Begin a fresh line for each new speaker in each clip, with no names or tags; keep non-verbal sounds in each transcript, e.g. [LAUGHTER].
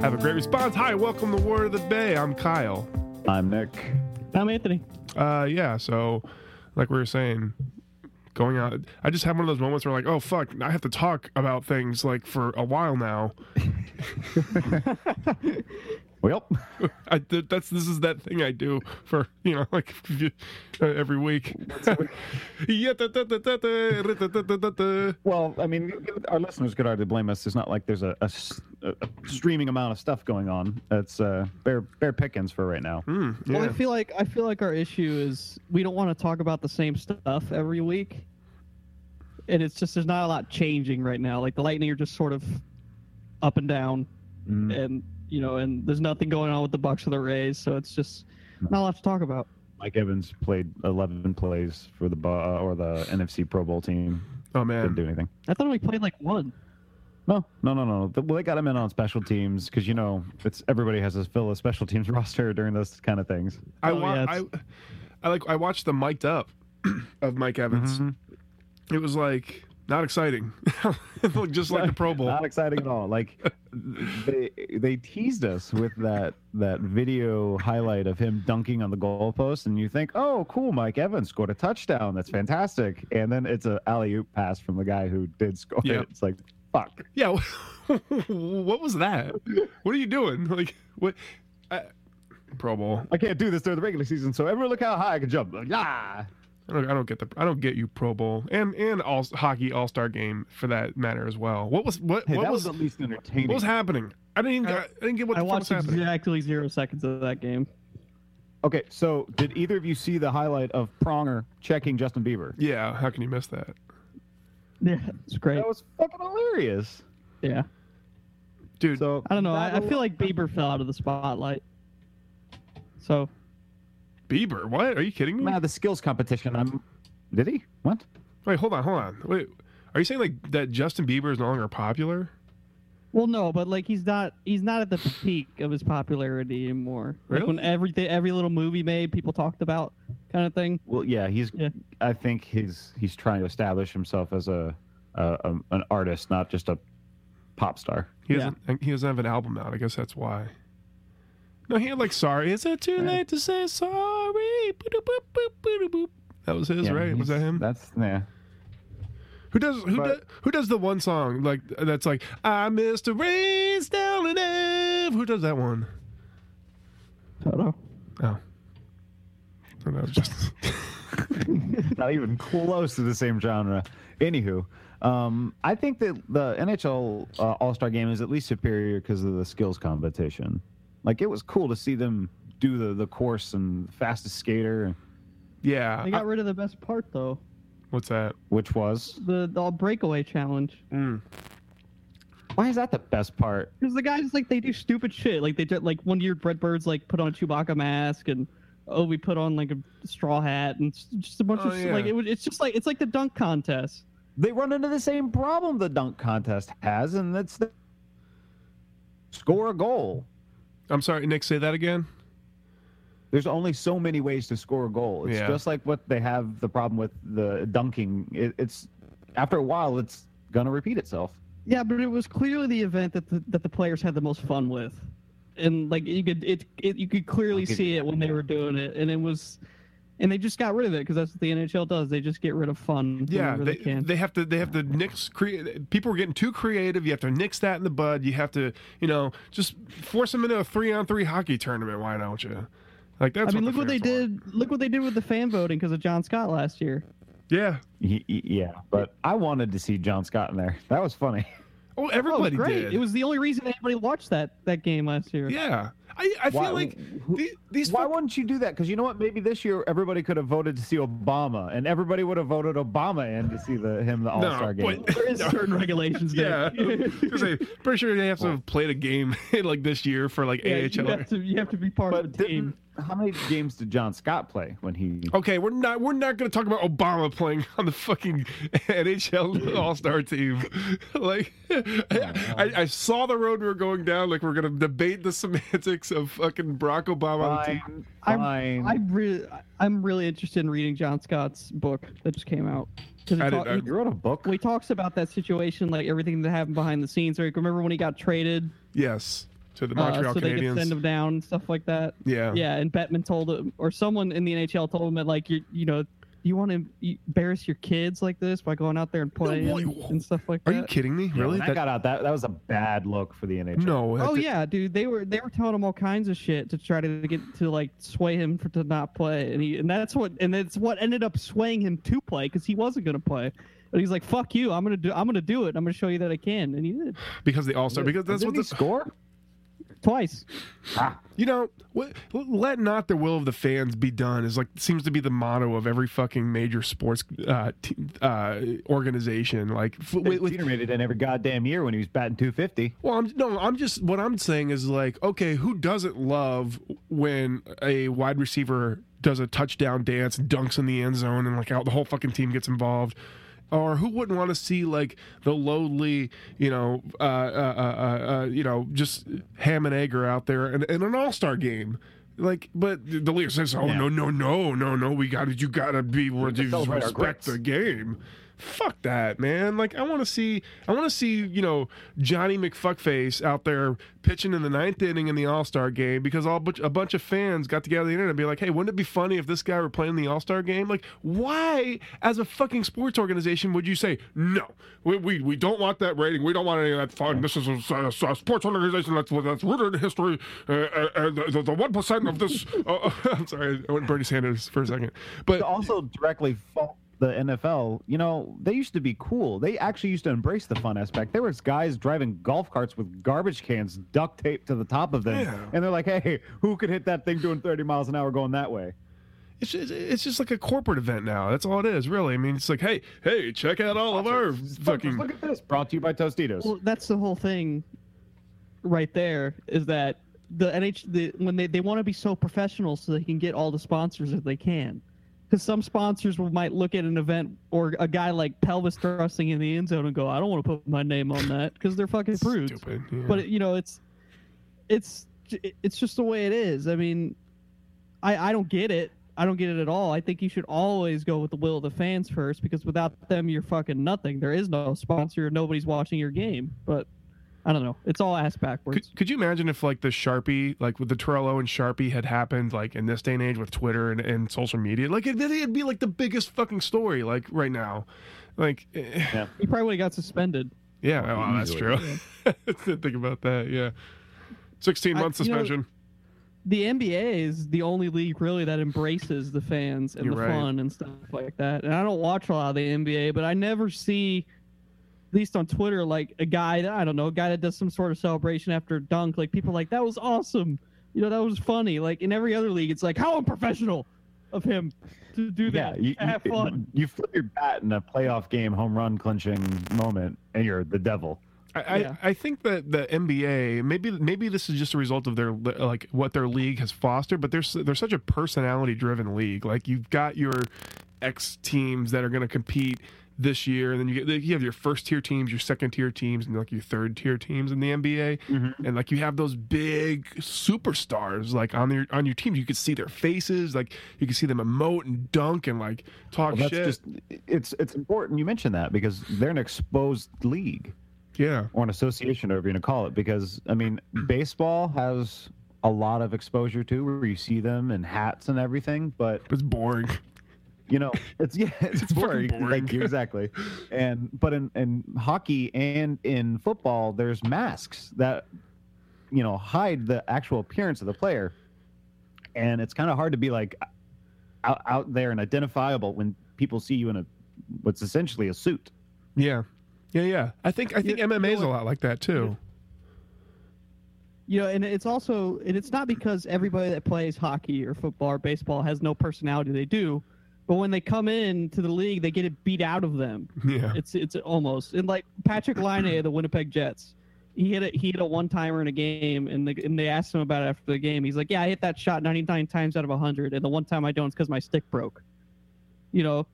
Have a great response. Hi, welcome to Word of the Day. I'm Kyle.
I'm Nick.
I'm Anthony.
Uh, yeah. So, like we were saying, going out, I just had one of those moments where, like, oh fuck, I have to talk about things like for a while now.
Well,
I th- that's this is that thing I do for you know [LAUGHS] like uh, every week. [LAUGHS] Yeah, da- da- da- da- da, da- da- da- da- da.
well, I mean, our listeners could hardly blame us. It's not like there's a, a s- a- a streaming amount of stuff going on. It's uh, bare bare pickings for right now.
Hmm,
Well, I
yeah.
feel like I feel like our issue is we don't want to talk about the same stuff every week, and it's just there's not a lot changing right now. Like the Lightning are just sort of up and down,
Mm.
and you know, and there's nothing going on with the Bucks or the Rays, so it's just not a lot to talk about.
Mike Evans played 11 plays for the Bu- uh, or the NFC Pro Bowl team.
Oh
Didn't do
man,
anything.
I thought we played like one.
No, no, no, no. The- Well, they got him in on special teams because you know it's everybody has to fill a special teams [LAUGHS] roster during those kind of things.
I
Oh,
wa-
yeah,
I,
it's-
I like I watched the mic'd up [CLEARS THROAT] of Mike
Mm-hmm.
Evans.
Mhm.
It was like not exciting, [LAUGHS] It looked just like the Pro Bowl.
[LAUGHS]
Not exciting at all.
[LAUGHS]
Like they they teased us with that that video highlight of him dunking on the goalpost, and you think, oh, cool, Mike Evans scored a touchdown. That's fantastic. And then it's a alley oop pass from the guy who did score.
Yeah.
it. It's like, fuck.
Yeah, [LAUGHS] what was that? What are you doing? [LAUGHS] Like what? I, Pro Bowl.
I can't do this during the regular season. So everyone, look how high I can jump. Like, "Ah." yeah.
I don't, I don't get the. I don't get you Pro Bowl and and all hockey All Star game for that matter as well. What was what
Hey,
what
that
was,
was, at least entertaining.
what was happening? I didn't even, I, didn't get what
I
the fuck was
watched
happening.
exactly zero seconds of that game.
okay, so did either of you see the highlight of Pronger checking Justin Bieber?
Yeah, how can you miss that?
Yeah, it's great.
That was fucking hilarious.
Yeah,
Dude,
So
I don't know.
that
I, I feel like Bieber fell out of the spotlight. So
Bieber, what? Are you kidding me?
Nah, the skills competition. I'm. Did he? What?
Wait, hold on, hold on. Wait, are you saying like that Justin Bieber is no longer popular?
Well, no, but like he's not he's not at the peak of his popularity anymore. Like when
Really?
everything every little movie made people talked about kind of thing.
Well, yeah, he's.
Yeah.
I think he's he's trying to establish himself as a, uh, um an artist, not just a pop star.
He
Yeah.
doesn't. He doesn't have an album out. I guess that's why. No, he had like sorry. Is it too
Yeah.
late to say sorry? Boop, boop, boop, boop, boop. That was his,
Yeah,
right? Was that
he's-
him?
That's yeah.
Who does who
But-
does who does the one song like that's like I missed the rains down in Ave. Who does that one?
I don't know.
Oh, I don't know, just
[LAUGHS] not even close to the same genre. Anywho, um, I think that the NHL uh, All Star Game is at least superior because of the skills competition. Like it was cool to see them do the the course and fastest skater,
[LAUGHS] yeah.
They got
I-
rid of the best part though,
what's that?
which was
the the breakaway challenge.
Mm.
why is that the best part?
Because the guys like they do stupid shit. Like they did like one year Brett Bird's like put on a Chewbacca mask and oh we put on like a straw hat and s- just a bunch
Oh,
of s-
yeah.
like it, was- it's just like it's like the dunk contest.
they run into the same problem the dunk contest has, and that's the score a goal.
I'm sorry, Nick. Say that again.
There's only so many ways to score a goal. It's
Yeah.
just like what they have the problem with the dunking. It, it's after a while, it's gonna repeat itself.
Yeah, but it was clearly the event that the, that the players had the most fun with, and like you could it, it you could clearly
I'll give
see
you
it when they were doing it, and it was, and they just got rid of it because that's what the NHL does. They just get rid of fun.
Yeah,
whenever
they,
they can.
they have to they have to nix create. People are getting too creative. You have to nix that in the bud. You have to you know just force them into a three on three hockey tournament. Why don't you? Like that's.
I mean,
what the
look what they
fans want.
did. Look what they did with the fan voting because of John Scott last year.
Yeah.
Y- y- Yeah, but I wanted to see John Scott in there. That was funny.
Oh,
Oh, it was
everybody
great!
did.
It was the only reason anybody watched that that game last year.
Yeah. I I feel
Why-
like
who-
the- these.
Why
fuck-
wouldn't you do that? Because you know what? Maybe this year everybody could have voted to see Obama, and everybody would have voted Obama in to see the him the All Star game.
but-
There is certain regulations. Nick.
[LAUGHS] Yeah, because I'm pretty sure they have to have played a game [LAUGHS] like this year for like
[LAUGHS] Yeah, you
AHL.
have to you have to be part of
But
the team.
didn't, how many games did John Scott play when he?
Okay, we're not we're not gonna talk about Obama playing on the fucking [LAUGHS] NHL All Star team. [LAUGHS] Like, I, I saw the road we were going down. Like, we're gonna debate the [LAUGHS] semantics of fucking Barack
Oh,
Obama. on the team.
Fine,
I'm-
fine.
I really, I'm really interested in reading John Scott's book that just came out because
I
he,
didn't-
ta- he-
you wrote a book.
well, he talks about that situation, like everything that happened behind the scenes. Like remember when he got traded
Yes, to the
uh,
Montreal
so they could
Canadiens.
send him down and stuff like that.
yeah.
Yeah, and Bettman told him, or someone in the NHL told him that, like, you you know, you want to embarrass your kids like this by going out there and playing
way.
and stuff like
Are
that.
you kidding me?
Yeah,
Really?
when that,
That-
got out. That that was a bad look for the NHL.
no. that-
Oh yeah, dude. They were they were telling him all kinds of shit to try to get to like sway him for to not play, and he and that's what and that's what ended up swaying him to play because he wasn't gonna play. But he's like, "Fuck you! I'm gonna do I'm gonna do it. I'm gonna show you that I can." And he did
Because the All Star. Because that's
Didn't
what
he
the
score.
twice.
Ah,
You know, what, let not the will of the fans be done is like seems to be the motto of every fucking major sports uh, t- uh, organization. Like, f- with, with-
Peter made it in every goddamn year when he was batting 250.
well, I'm no, I'm just what I'm saying is like, okay, who doesn't love when a wide receiver does a touchdown dance, dunks in the end zone, and like out the whole fucking team gets involved. Or who wouldn't want to see like the lowly, you know, uh, uh, uh, uh, you know, just ham and egger out there in, in an all star game? Like, but the leader says, "Oh
Yeah.
no, no, no, no, no! We got to You got to be we
to celebrate our
respect
greats.
the game." Fuck that, man! Like, I want to see, I want to see, you know, Johnny McFuckface out there pitching in the ninth inning in the All Star game because all bunch, a bunch of fans got together the internet and be like, "Hey, wouldn't it be funny if this guy were playing the All Star game?" Like, why, as a fucking sports organization, would you say no? We we, we don't want that rating. We don't want any of that fun. This is a, a- a sports organization that's that's rooted in history. Uh, uh, uh, the- the one percent of this. [LAUGHS] Uh, I'm sorry, I went Bernie Sanders for a second, but
To also directly fault the NFL. You know, they used to be cool. They actually used to embrace the fun aspect. There was guys driving golf carts with garbage cans duct taped to the top of them,
Yeah.
and they're like, "Hey, who could hit that thing doing 30 miles an hour going that way?"
It's just, it's just like a corporate event now. That's all it is, really. I mean, it's like, hey, hey, check out all of our fucking.
Look at this. Brought to you by Tostitos.
Well, that's the whole thing, right there. Is that the NH the, when they they want to be so professional so they can get all the sponsors that they can. Because some sponsors will, might look at an event or a guy like pelvis thrusting in the end zone and go, "I don't want to put my name on that," because they're fucking prudes.
Stupid. yeah.
but you know it's it's it's just the way it is i mean i i don't get it i don't get it at all i think you should always go with the will of the fans first because without them you're fucking nothing there is no sponsor nobody's watching your game but i don't know it's all ass
could,
backwards
could you imagine if like the Sharpie, like with the Trello and Sharpie, had happened like in this day and age with Twitter and, and social media? Like it'd, it'd be like the biggest fucking story like right now. Like, eh,
he probably would have got suspended
yeah, well, that's
Easily.
true. [LAUGHS] Didn't think about that. Yeah, sixteen
I-
month
you know,
suspension.
the nba is the only league really that embraces the fans and
You're
the
right.
fun and stuff like that and i don't watch a lot of the nba but i never see at least on Twitter, like a guy that I don't know, a guy that does some sort of celebration after a dunk, like people are like that was awesome, you know, that was funny. Like in every other league, it's like how unprofessional of him to do
yeah,
that.
you,
have
you,
fun.
you flip your bat in a playoff game, home run clinching moment, and you're the devil.
I,
Yeah.
I I think that the NBA maybe maybe this is just a result of their li- like what their league has fostered, but there's there's such a personality driven league. Like you've got your X teams that are going to compete this year, and then you get you have your first tier teams, your second tier teams, and like your third tier teams in the NBA, and like you have those big superstars like on your on your team. You can see their faces, like you can see them emote and dunk and like talk
Well, that's
Oh, shit.
just it's it's important you mention that because they're an exposed league.
yeah,
or an association, whatever you want to call it, because I mean, baseball has a lot of exposure to where you see them in hats and everything, but
it's boring.
you know, it's yeah, [LAUGHS] it's,
It's fucking
boring. Thank
boring.
[LAUGHS]
you, exactly. And but in in hockey and in football, there's masks that you know hide the actual appearance of the player, and it's kind of hard to be like out, out there and identifiable when people see you in a what's essentially a suit.
Yeah, yeah, yeah. I think I think
you know
MMA is a lot like that too.
You know, and it's also and it's not because everybody that plays hockey or football or baseball has no personality. They do, but when they come in to the league, they get it beat out of them.
Yeah.
It's it's almost and like Patrick Line of the Winnipeg Jets. He hit a he hit a one timer in a game, and the, and they asked him about it after the game. He's like, "Yeah, I hit that shot 99 times out of 100, and the one time I don't is because my stick broke." You know,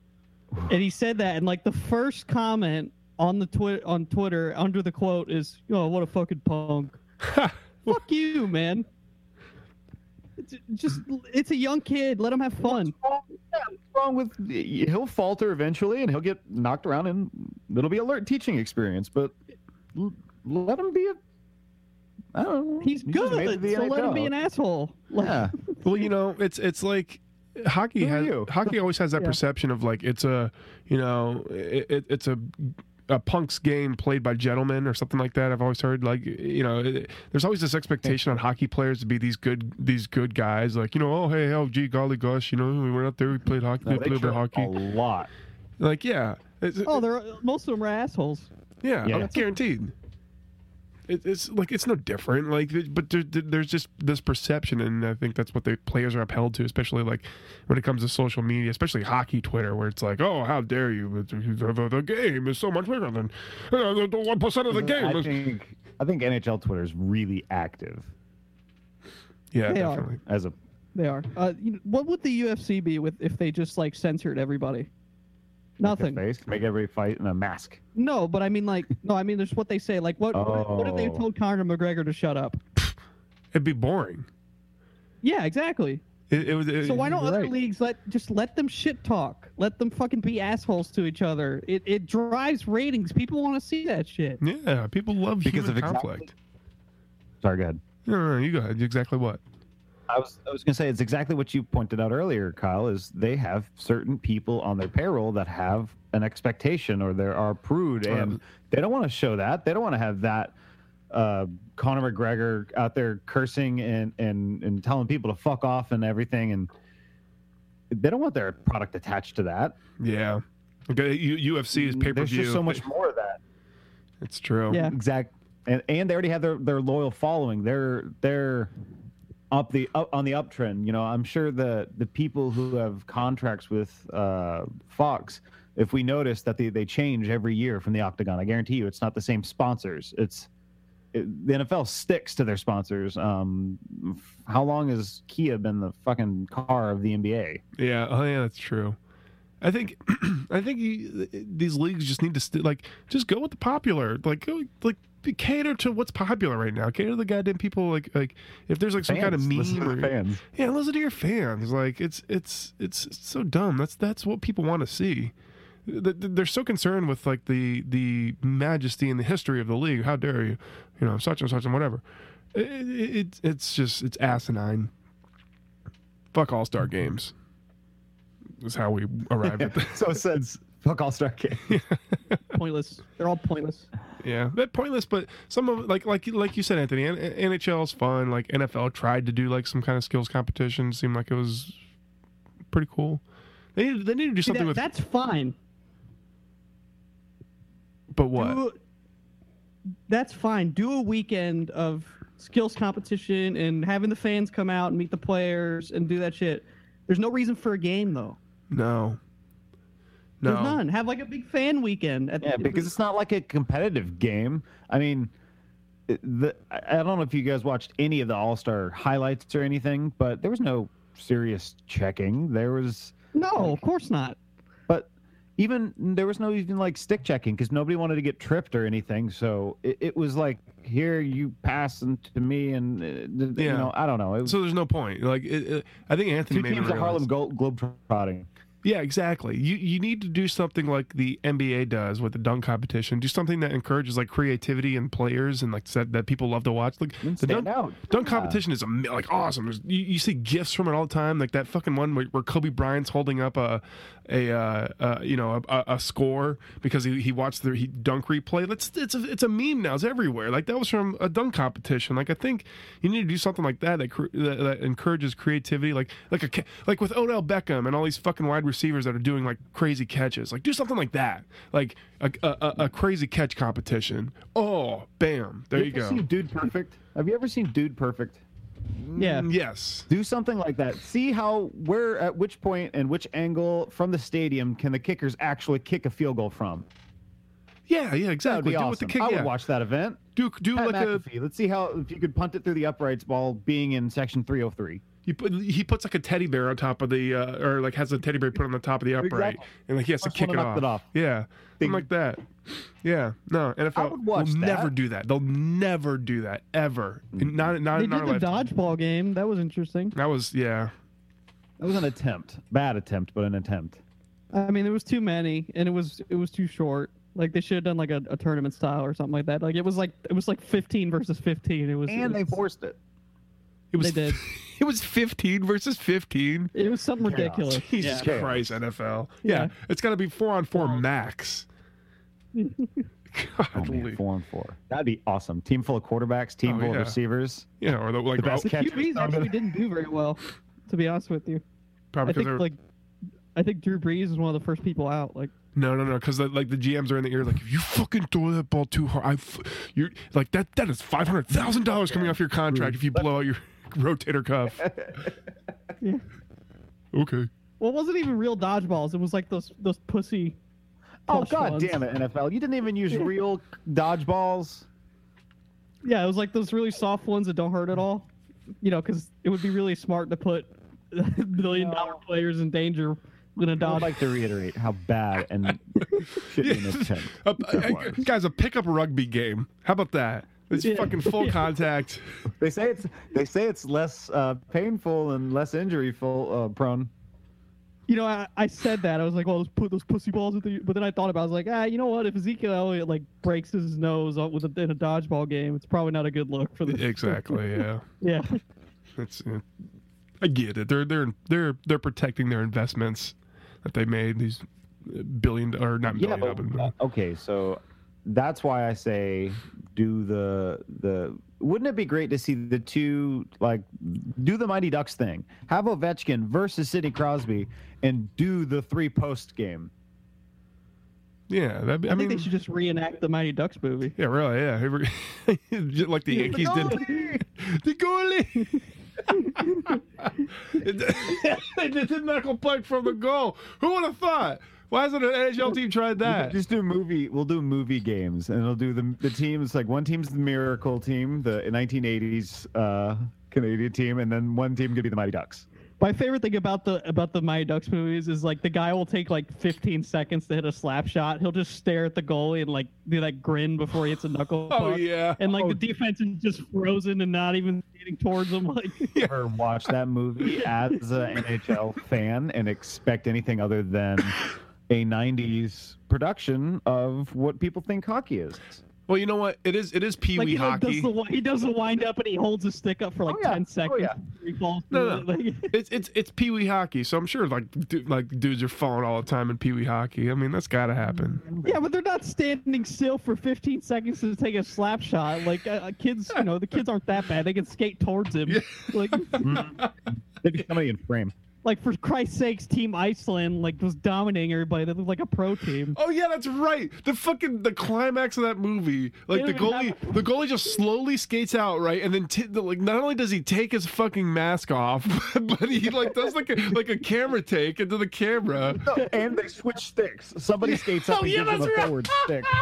and he said that, and like the first comment on the twi- on Twitter under the quote is, "Oh, what a fucking
[LAUGHS]
punk! Fuck you, man! It's just it's a young kid. Let him have fun."
wrong with he'll falter eventually and he'll get knocked around and it'll be a learned teaching experience but l- let him be a I don't know.
He's
He just
good.
made it to the
so let him be
NHL.
an asshole. Like,
Yeah.
Well, you know, it's it's like hockey
Who are
has
you?
hockey always has that
Yeah.
perception of like it's a you know it, it, it's a a punk's game played by gentlemen or something like that. I've always heard like you know it, there's always this expectation on hockey players to be these good these good guys like you know oh hey oh gee golly gosh you know we went out there we played hockey we
No,
played a
they
little bit
trick
of
a
hockey
lot.
like yeah It's-
oh, they're most of them are assholes.
yeah,
Yeah.
I'm guaranteed. It, it's like it's no different. Like, th- but there, there- there's just this perception, and I think that's what the players are upheld to, especially like when it comes to social media, especially hockey Twitter, where it's like, oh, how dare you? It's- The the game is so much bigger than one percent
Mm,
of the game.
I
is-"
think I think NHL Twitter is really active
Yeah,
They are.
definitely.
as a
They are. Uh, you know, what would the UFC be with if they just like censored everybody?
like a
Nothing.
face. Make every fight in a mask.
No, but I mean like no, I mean there's what they say. Like what what, what if they
Oh.
told Conor McGregor to shut up?
It'd be boring.
Yeah, exactly.
It, it was. It,
So why don't
you're
other
right.
leagues let just let them shit talk? Let them fucking be assholes to each other. It it drives ratings. People want to see that shit.
Yeah, people love
Because
human
of exactly-
conflict.
Sorry, go ahead.
No, no, no, you go ahead. Exactly what?
I was I was gonna say it's exactly what you pointed out earlier, Kyle. Is they have certain people on their payroll that have an expectation or they are prude,
Um,
and they don't want to show that. They don't want to have that uh, Conor McGregor out there cursing and and and telling people to fuck off and everything, and they don't want their product attached to that.
Yeah. Okay, U- UFC is pay per
There's
view.
just so much more of that.
[LAUGHS] It's true.
Yeah.
Exact, and and they already have their their loyal following. They're they're up the up on the uptrend. You know, I'm sure the the people who have contracts with uh, Fox, if we notice that they they change every year from the Octagon, I guarantee you, it's not the same sponsors. It's it, the NFL sticks to their sponsors. Um, f- how long has Kia been the fucking car of the NBA?
Yeah, oh yeah, that's true. I think [CLEARS THROAT] I think you, these leagues just need to st- like just go with the popular, like go, like cater to what's popular right now. Cater to the goddamn people. Like like if there's like some kind of
Fans.
meme
Listen to
or
the fans.
yeah, listen to your fans. Like it's it's it's so dumb. That's that's what people want to see. Th- th- They're so concerned with like the the majesty and the history of the league. How dare you, you know, such and such and whatever. It, it, it- it's just it's asinine. Fuck all star games. Is how we arrived
[LAUGHS]
at that.
so since fuck all star game.
Pointless. They're all pointless.
Yeah, that pointless. But some of like like like you said, Anthony, N- NHL's fun. Like NFL tried to do like some kind of skills competition. Seemed like it was pretty cool. They need, they need to do
See,
something
that-
with
that's fine.
But what?
Do- that's fine. Do a weekend of skills competition and having the fans come out and meet the players and do that shit. There's no reason for a game though.
No.
There's
No.
none. Have like a big fan weekend. At
Yeah, because it's not like a competitive game. I mean, it- the I I don't know if you guys watched any of the All Star highlights or anything, but there was no serious checking. There was,
no, of course not.
but even there was no even like stick checking because nobody wanted to get tripped or anything. So it, it was like, here you pass them to me, and uh, th- th-
Yeah.
you know, I don't know. It was
So there's no point. Like it, it, I think Anthony
two
made me
teams of
realize.
Harlem Gold Globetrotting.
Yeah, exactly. You you need to do something like the NBA does with the dunk competition. Do something that encourages like creativity and players and like that, that people love to watch. Like the
Stand
dunk,
out.
dunk
Yeah.
competition is ama- like awesome. There's, you, you see gifs from it all the time. Like that fucking one where, where Kobe Bryant's holding up a a uh, uh, you know a, a, a score because he, he watched the he dunk replay. That's it's a, it's a meme now. It's everywhere. Like that was from a dunk competition. Like I think you need to do something like that that cre- that, that encourages creativity. Like like a ca- like with Odell Beckham and all these fucking wide receivers that are doing like crazy catches. Like do something like that. Like a a, a, a crazy catch competition. Oh, bam! There you
ever
go.
Seen Dude Perfect. Have you ever seen Dude Perfect?
Yeah.
Mm,
Mm,
Yes.
do something like that see how where at which point and which angle from the stadium can the kickers actually kick a field goal from
Yeah, yeah,
that would
exactly. do it
be awesome
with the kick.
i would
yeah.
watch that event
Do do
Pat
like a
McAfee, let's see how if you could punt it through the uprights while being in section 303
he, put, he puts like a teddy bear on top of the uh, or like has a teddy bear put on the top of the upright
Exactly.
and like he has to
First
kick
one
it
to knock
off.
it off.
Yeah,
Ding.
something like that. Yeah, no NFL
I would watch
will
that.
never do that. They'll never do that ever. Not not
They
in our
did the
lifetime.
dodgeball game. That was interesting.
That was yeah.
that was an attempt bad attempt but an attempt
I mean, there was too many and it was it was too short. Like they should have done like a, a tournament style or something like that. Like it was like it was like 15 versus 15. It was
and
it
they
was,
forced it.
It was
They
[LAUGHS]
did.
it was 15 versus 15.
It was something
Chaos.
ridiculous.
Jesus
Chaos.
Christ, NFL. Yeah,
Yeah.
it's got to be four on four
[LAUGHS]
max.
Oh,
God,
man,
Lee.
four and four. That'd be awesome. Team full of quarterbacks, team
Oh,
full
yeah.
of receivers.
yeah, or the, like oh,
The best
The
well,
catch
QBs
was on
actually
it.
didn't do very well, to be honest with you. I
probably because they're
think like I think Drew Brees is one of the first people out. Like
no, no, no, because like the GMs are in the ear, like if you fucking throw that ball too hard, I, f- you're like that. That is five hundred thousand dollars coming off your contract if you blow out your [LAUGHS] rotator cuff.
Mm. [LAUGHS] Yeah.
Okay.
well, it wasn't even real dodgeballs. It was like those those pussy.
Oh
plush
god
ones.
damn it, NFL! You didn't even
[LAUGHS]
use real dodgeballs.
Yeah, it was like those really soft ones that don't hurt at all. You know, because it would be really smart to put [LAUGHS] million dollar players in danger with a
I would
dodge.
like to reiterate how bad
[LAUGHS]
and shit in the tent.
A,
[LAUGHS]
a- a- Uh, guys, a pickup rugby game. How about that? It's
[LAUGHS] Yeah.
fucking full contact.
They say it's they say it's less uh, painful and less injury full uh, prone.
You know, I, I said that I was like, "Well, let's put those pussy balls with the." But then I thought about, it, I was like, "Ah, you know what? If Ezekiel Elliott like breaks his nose on- with a, in a dodgeball game, it's probably not a good look for the
exactly. Yeah.
yeah."
It's. uh, I get it. They're they're they're they're protecting their investments that they made. These uh, billion or not
Yeah,
billion,
but,
uh,
uh,
but,
okay, so that's why I say do the the. Wouldn't it be great to see the two like do the Mighty Ducks thing? Have Ovechkin versus Sidney Crosby and do the three post game.
yeah. That, I,
I,
mean,
think they should just reenact the Mighty Ducks movie.
yeah, really, yeah. Every- [LAUGHS] Just like the Yankees did. [LAUGHS] The goalie.
[LAUGHS]
[LAUGHS] they did the knuckle puck from the goal. Who would have thought? Why hasn't an NHL team tried
We could
that?
Just do movie. We'll do movie games, and it'll do the the teams. Like one team's the Miracle Team, the 1980s uh, Canadian team, and then one team could be the Mighty Ducks.
My favorite thing about the about the Mighty Ducks movies is like the guy will take like 15 seconds to hit a slap shot. He'll just stare at the goalie and like do that grin before he hits a knuckle.
[LAUGHS] Oh
puck.
yeah.
And like
Oh.
the defense is just frozen and not even getting towards him. [LAUGHS] Like
Ever watch that movie as an NHL fan and expect anything other than a 90s production of what people think hockey is?
Well, you know what? It is it is Pee
like
Wee
he like,
hockey.
does the wi- [LAUGHS] he does the wind up and he holds his stick up for like
Oh, yeah.
10 seconds.
Oh, yeah.
He falls
No,
through it, like- [LAUGHS]
It's it's it's Pee Wee hockey, so I'm sure like du- like dudes are falling all the time in Pee Wee hockey. I mean, that's got to happen.
yeah, but they're not standing still for 15 seconds to take a slap shot. Like uh, uh, kids, you know, the kids aren't that bad. They can skate towards him.
Yeah.
Like
Hmm. Maybe somebody in frame.
like for Christ's sakes, Team Iceland like was dominating everybody. They looked like a pro team.
Oh yeah, that's right. The fucking the climax of that movie, like
They
the
don't even
goalie, the goalie just slowly skates out, right, and then t- the, like not only does he take his fucking mask off, [LAUGHS] but he like does like a, like a camera take into the camera.
And they switch sticks. Somebody skates
Oh,
up and
yeah,
gives them a
that's right.
forward stick.
[LAUGHS]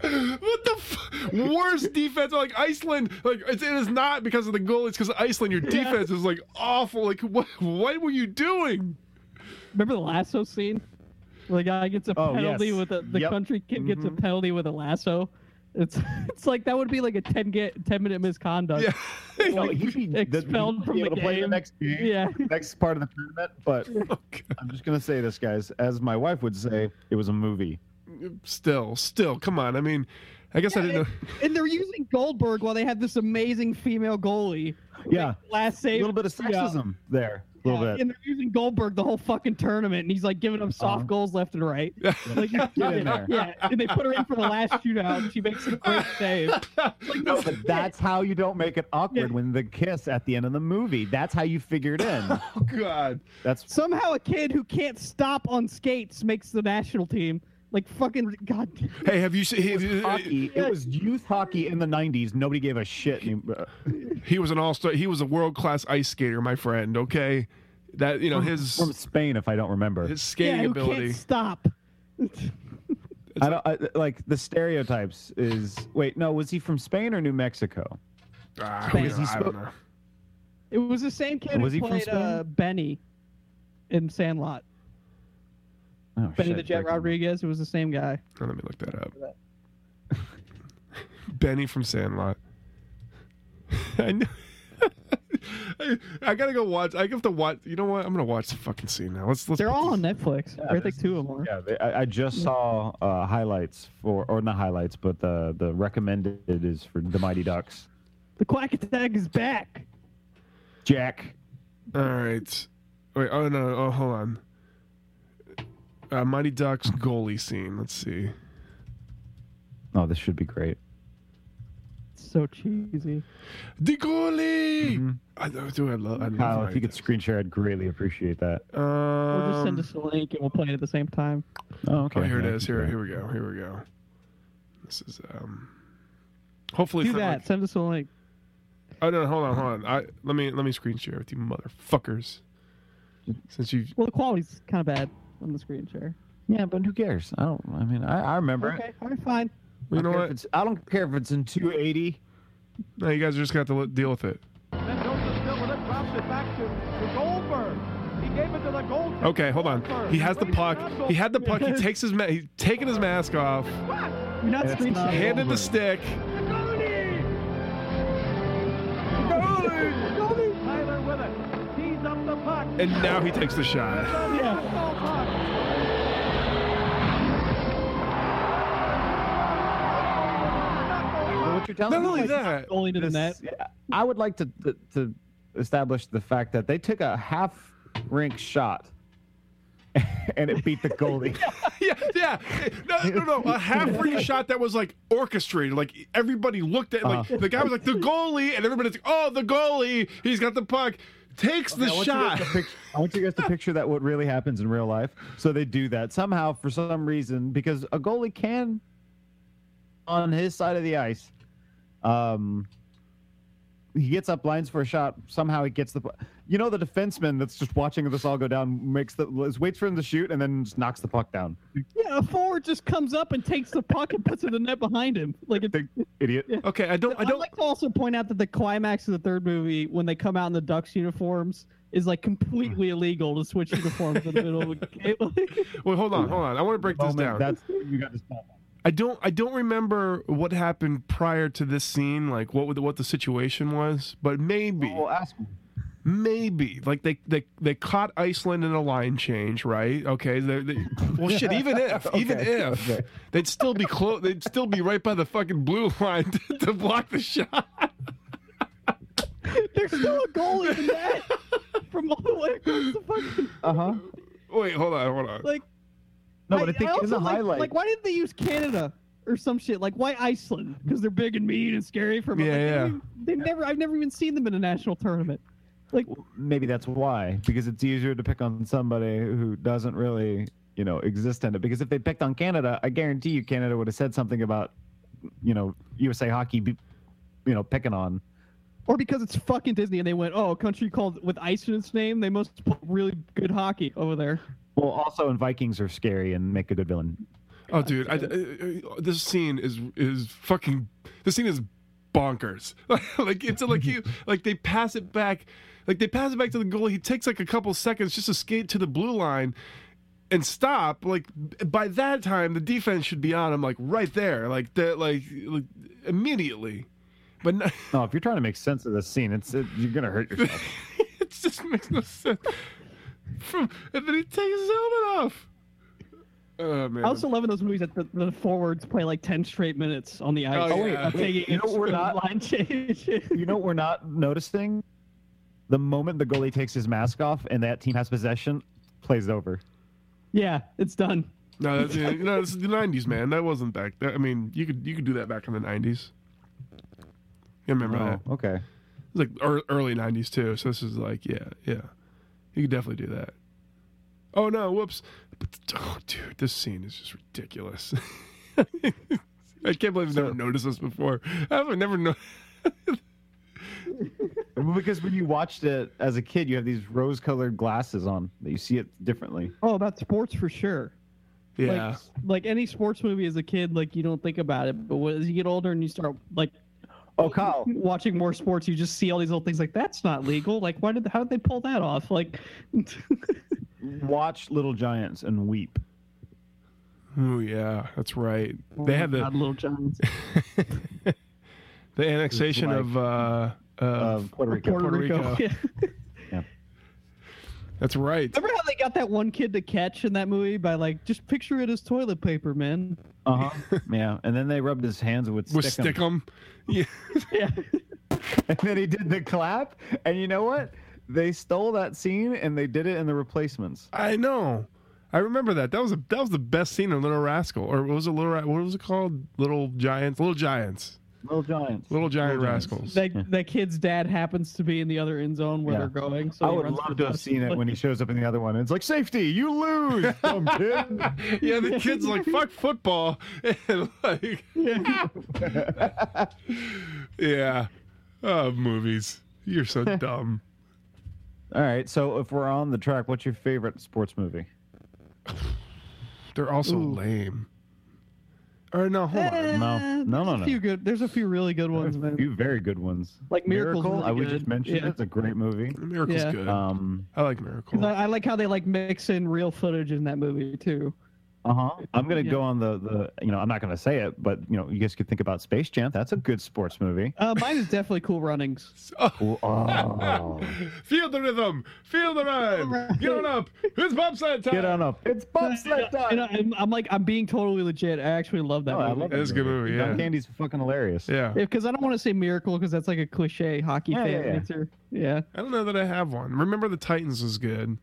What the f- worst defense? Like Iceland, like it's, it is not because of the goal. It's because Iceland.
[LAUGHS]
Your
Yeah.
defense is like awful. Like what? What were you doing?
Remember the lasso scene? Where the guy gets a
Oh,
penalty
yes.
with a the
Yep. Mm-hmm.
country kid gets a
Mhm.
penalty with a lasso. It's [LAUGHS] it's like that would be like a 10 get 10 minute misconduct.
Yeah, [LAUGHS]
Well, he'd be, the-
Expelled
he'd be
from
able
the
to play the
game.
next game,
Yeah. [LAUGHS]
next part of the tournament, but
Oh, God.
I'm just gonna say this, guys. As my wife would say, it was a movie.
still, still. Come on. I mean, I guess I didn't know.
And they're using Goldberg while they had this amazing female goalie.
Yeah,
Last
a
save.
little bit of sexism there, a little bit.
And they're using Goldberg the whole fucking tournament, and he's like giving them soft
Uh-huh.
goals left and
[LAUGHS]
right.
[LAUGHS]
Like,
Get in there.
Yeah, and they put her in for the last shootout, and she makes
[LAUGHS]
a great save. [LAUGHS]
[LAUGHS]
No, but that's how you don't make it awkward
Yeah.
when the kiss at the end of the movie. That's how you figure it
[LAUGHS]
in.
Oh God.
That's
Somehow, a kid who can't stop on skates makes the national team. Like fucking god. [LAUGHS]
Hey, have you seen?
it was
He,
hockey. It was youth hockey in the '90s. Nobody gave a shit. Any-
he was an all star. He was a world class ice skater, my friend. Okay, that you know his
From Spain, if I don't remember.
his skating
yeah, who
ability.
can't stop.
I don't I, like the stereotypes. Is wait, no, was he from Spain or New Mexico?
Ah, who
Spain.
knows? I don't know.
It was the same kid
Was
who
he from
played
Spain?
uh, Benny in Sandlot.
Oh,
Benny
shit,
the Jet
fucking-
Rodriguez. It was the same guy.
Oh, Let me look that up. [LAUGHS] Benny from Sandlot. I know. [LAUGHS] I, I gotta go watch. I have to watch. You know what? I'm gonna watch the fucking scene now. Let's let's.
They're all on Netflix.
Yeah,
or I think
this
two of them are.
Yeah, they, I, I just saw uh, highlights for, or not highlights, but the the recommended is for the Mighty Ducks.
The Quack Attack is back.
Jack,
All right. Wait. Oh no. Oh, hold on. Uh, Mighty Ducks goalie scene. Let's see.
oh, this should be great.
It's so cheesy.
The goalie.
Mhm.
I know. Do I love? I love
Kyle, if
Mighty
you could
Ducks.
screen share, I'd greatly appreciate that.
Um,
We'll just send us a link and we'll play it at the same time.
Oh, okay.
Oh, here it
Yeah,
is. Here,
okay.
here we go. Here we go. This is um. Hopefully,
Do
for,
that.
like-
Send us a link.
oh no, hold on, hold on. I let me let me screen share with you, motherfuckers. Since you,
Well, the quality's kind of bad on the screen share.
Yeah, but who cares? I don't. I mean, I, I remember it.
Okay, all right, fine.
you
I don't
know
care
what?
if it's- I don't care if it's in 280.
No, you guys are just gonna have to li- deal with it. Okay, hold on. He has the puck. He had the puck. He takes his ma- he's taking his mask
[LAUGHS]
off,
You're not
That's
screen
not-
sharing.
handed the stick.
Tyler with it. He's up the puck.
And now he takes the shot.
Yeah.
Goal puck.
What you're
Not
telling me?
only that,
Goalie to the net.
This- yeah, I would like to, to to establish the fact that they took a half rink shot [LAUGHS] and it beat the goalie.
[LAUGHS] yeah, yeah, no, no, no, a half ring shot that was like orchestrated. Like everybody looked at, like
Uh-huh.
the guy was like the goalie, and everybody's like, oh, the goalie, he's got the puck, takes the
I want you
shot.
guys [LAUGHS] to pict- I want you guys to picture that what really happens in real life. So they do that somehow for some reason because a goalie can, on his side of the ice, um, he gets up lines for a shot. Somehow he gets the, pu- you know, the defenseman that's just watching this all go down makes the just waits for him to shoot and then just knocks the puck down.
Yeah, a forward just comes up and takes the puck and puts it in the net behind him. Like it,
Idiot.
Okay, I don't, I
I'd
don't.
like to also point out that the climax of the third movie, when they come out in the Ducks uniforms, is like completely
Mm-hmm.
illegal to switch uniforms in the middle
[LAUGHS]
of a game. Like,
Wait, hold on, hold on. I want to break this
Moment,
down.
uh, That's you got to stop.
I don't I don't remember what happened prior to this scene, like what the, what the situation was, but maybe
Well, ask me.
maybe like they, they they caught Iceland in a line change, right? Okay, they, they, well
[LAUGHS]
shit, even if even
Okay,
if
okay.
they'd still be close, they'd still be right by the fucking blue [LAUGHS] line to, to block the shot.
there's still a goal in the net from all the way across the fucking.
Uh huh.
Wait, hold on, hold on.
Like,
No, but I think in
also
the
like,
highlight.
Like, why didn't they use Canada or some shit? Like, why Iceland? Because they're big and mean and scary from.
Yeah,
like,
yeah.
They never. I've never even seen them in a national tournament.
maybe that's why because it's easier to pick on somebody who doesn't really you know exist in it because if they picked on canada i guarantee you canada would have said something about you know usa hockey be, you know picking on
Or because it's fucking Disney and they went, oh, a country called with ice in its name, they must play really good hockey over there.
well also and vikings are scary and make a good villain
Oh, dude, I, I- I- uh, this scene is is fucking. This scene is bonkers. [LAUGHS] like it's like you like they pass it back, like they pass it back to the goalie. He takes like a couple seconds just to skate to the blue line and stop. Like by that time, the defense should be on him. Like right there, like that, like, like immediately. But no,
no if you're trying to make sense of this scene it's it, you're gonna hurt yourself
[LAUGHS] it just makes no sense. From and then he takes his helmet off. Oh man.
I also love in those movies that the, the forwards play like 10 straight minutes on the ice.
Oh, Oh, wait, yeah.
I'm taking
you know
it's
we're not-
line change. [LAUGHS]
you know what we're not noticing the moment the goalie takes his mask off and that team has possession plays over
yeah, it's done.
No, that's, you know, this is the '90s, man. That wasn't back. That, I mean, you could you could do that back in the '90s. You remember that?
oh, okay
It was like ear- early '90s too. So this is like, yeah, yeah, you could definitely do that. Oh no, whoops! But, oh, dude, this scene is just ridiculous. [LAUGHS] I can't believe I've never noticed this before. I've never no.
Well, because when you watched it as a kid, you have these rose-colored glasses on that you see it differently.
Oh, about sports for sure.
Yeah,
Like, like any sports movie as a kid, like you don't think about it. But when- as you get older and you start like
Oh, Kyle,
watching more sports, you just see all these little things like that's not legal. Like, why did how did they pull that off? Like,
watch Little Giants and weep.
oh yeah, that's right.
[LAUGHS]
They had the
God, little Johns.
the annexation
like-
of uh, Uh,
of Puerto [LAUGHS] Rico.
Puerto Rico.
Yeah.
that's right.
Remember how they got that one kid to catch in that movie by like just picture it as toilet paper, man.
Uh huh. yeah, and then they rubbed his hands with
With Stickum.
stickum.
Yeah.
Yeah.
[LAUGHS] and then he did the clap. And you know what? They stole that scene and they did it in the replacements.
I know. I remember that. That was a, that was the best scene in Little Rascal, or what was it? Little Ra- what was it called? Little Giants. Little Giants.
Little Giants.
Little Giant
Little Giants.
Rascals.
That that kid's dad happens to be in the other end zone where
Yeah.
they're going. So
I
he
would
runs
love
for
to have
bus.
seen it when he shows up in the other one. It's like safety, you lose, dumb [LAUGHS] kid.
[LAUGHS] yeah, the kid's like fuck football, [LAUGHS] and like yeah, oh movies. You're
[LAUGHS]
so dumb.
All right, so if we're on the track, what's your favorite sports movie?
They're also
Ooh.
lame. Or no, hold on.
Eh,
No. No, no,
there's
no.
A few good, there's a few really good ones,
A
man.
few very good ones.
Like Miracle's
Miracle,
really
I we
good.
just mentioned
Yeah.
it. It's a great movie.
Miracle's
Yeah.
good.
Um,
I like Miracle. [LAUGHS]
'Cause I, I like how they like mix in real footage in that movie too.
uh huh. I'm gonna
Yeah.
go on the the. You know, I'm not gonna say it, but you know, you guys could think about Space Jam. That's a good sports movie.
Uh, mine is definitely
[LAUGHS]
Cool Runnings.
Ooh, oh.
Feel the rhythm. Feel the rhyme. Get on up. It's bobsled time.
Get on up. It's bobsled
You know,
time.
I'm, I'm like I'm being totally legit. I actually love that
Oh, I
movie.
love
That is a good movie,
John
yeah.
Candy's fucking hilarious.
Yeah.
because I don't want to say miracle because that's like a cliche hockey
Yeah,
fan
yeah, yeah.
answer. Yeah,
I don't know that I have one. Remember the Titans was good.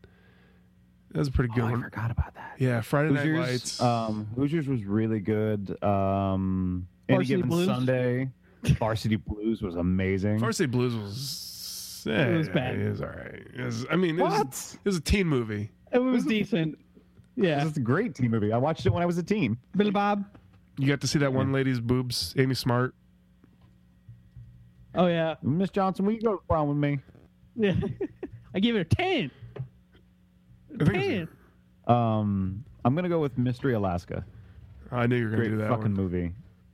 That was a pretty good
Oh, I
one.
forgot about that.
Yeah, Friday Night
Hoosiers,
Lights.
um, Hoosiers was really good. Um, any
Varsity
given
Blues.
Sunday, Varsity Blues was amazing.
Varsity Blues was. Yeah,
was bad.
It was all right. It was, I mean, it was, it was a teen movie.
it was decent. Yeah,
It's a great teen movie. I watched it when I was a teen.
Billy Bob.
You got to see that one lady's boobs, Amy Smart.
Oh yeah, [LAUGHS]
Miss Johnson, will you go to prom with me?
yeah. I give it a ten.
I, think it was-
Ten.
Um, I'm gonna go with Mystery Alaska.
I knew you were going to
Great
do that
fucking
one.
movie.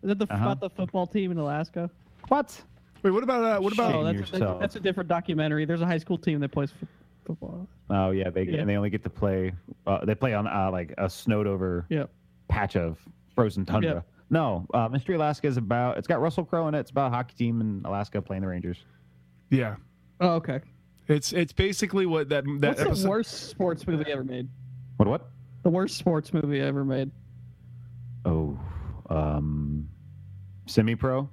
Is that the
Uh-huh.
about the football team in Alaska?
What?
Wait, what about uh, what about
Shame
Oh, that's a,
yourself.
that's a different documentary. There's a high school team that plays f- football.
Oh yeah, they
Yeah.
and they only get to play. Uh, they play on uh, like a snowed over
Yeah.
patch of frozen tundra.
Yeah.
No, uh, Mystery Alaska is about. It's got Russell Crowe in it. It's about a hockey team in Alaska playing the Rangers.
yeah?
Oh, okay.
It's it's basically what that that
What's
episode.
the worst sports movie ever made?
What? What?
The worst sports movie ever made.
Oh, um,
[LAUGHS]
semi pro.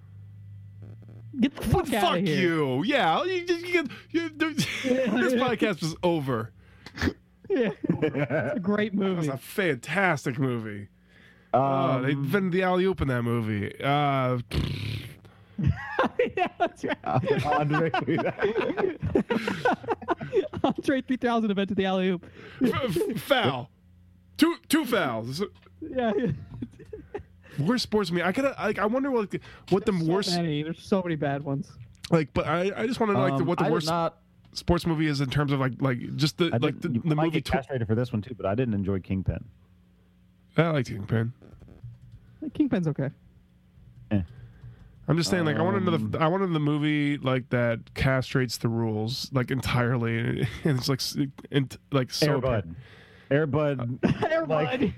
[LAUGHS]
Get the fuck out
Fuck
of here.
you! Yeah, you, you, you, you, [LAUGHS] this podcast was over.
[LAUGHS] Yeah.
Oh,
Great
That was
[LAUGHS] movie.
a fantastic movie. oh,
Um,
they
[LAUGHS]
invented the alley oop in that movie. Uh,
yeah, that's right. [LAUGHS]
Andre, that.
Andre 3000 event to the alley oop.
f- f- foul. Two two fouls.
Yeah. yeah.
Worst sports movie. I gotta. Like, I wonder what the- what the
so
worst
many. There's so many bad ones.
like. But I, [LAUGHS] I just want to know like the,
Um,
what the
I did
worst
Not,
sports movie is in terms of like like just the
I
like the,
didn't- you
the
might
movie.
get
tw-
castrated for this one too, but I didn't enjoy Kingpin.
I like Kingpin.
Kingpin's okay. [LAUGHS]
I'm just saying like I want to know
Um,
the I wanted the movie like that castrates the rules like entirely [LAUGHS] and it's like s- and like so
Airbud. Airbud,
[LAUGHS] Everybody.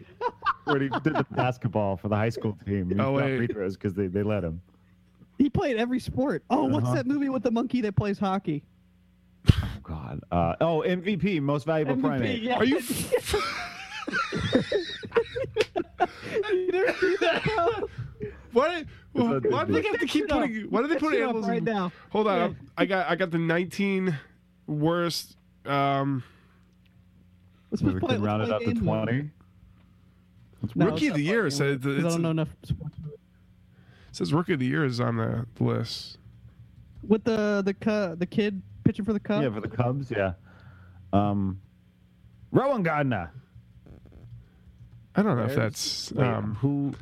where he did the basketball for the high school team. He
Oh,
got
wait.
free throws because they, they let him.
he played every sport. Oh, what's
Uh-huh.
that movie with the monkey that plays hockey?
Oh God. Uh, oh, MVP, most valuable
MVP,
primate.
yeah.
Are
[LAUGHS]
you? F- [LAUGHS]
You never see
[LAUGHS]
that? Look
why? Why
It's a-
do they have to keep
that up.
putting? Why do they
that
put
shit up
animals? in-
right now?
Hold on, I'm- I got I got the 19 worst. Um,
Let's
We could round it up to
games.
twenty.
No,
Rookie of
let's
the
not
year
play
said
games,
that
'cause I
it's-
don't know enough sports movies.
it says rookie of the year is on the list.
With the the cu- the kid pitching for the cup.
Yeah, for the Cubs. Yeah. Um, Rowan Gardner.
I don't know if
Bears.
that's
Wait,
um,
who?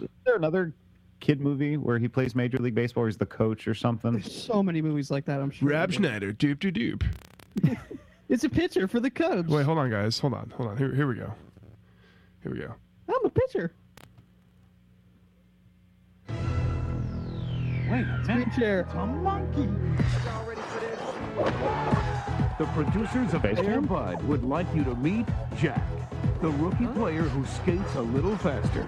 Is there another kid movie where he plays Major League Baseball? Or he's the coach or something.
There's so many movies like that. I'm sure.
Rob Schneider. Doop doop doop.
It's a pitcher for the Cubs.
Wait, hold on, guys. Hold on, hold on. Here, here we go. Here we go.
I'm a pitcher.
Wait a minute.
Chair.
A monkey. The producers of
Baseball?
Airbud would like you to meet Jack, the rookie player who skates a little faster,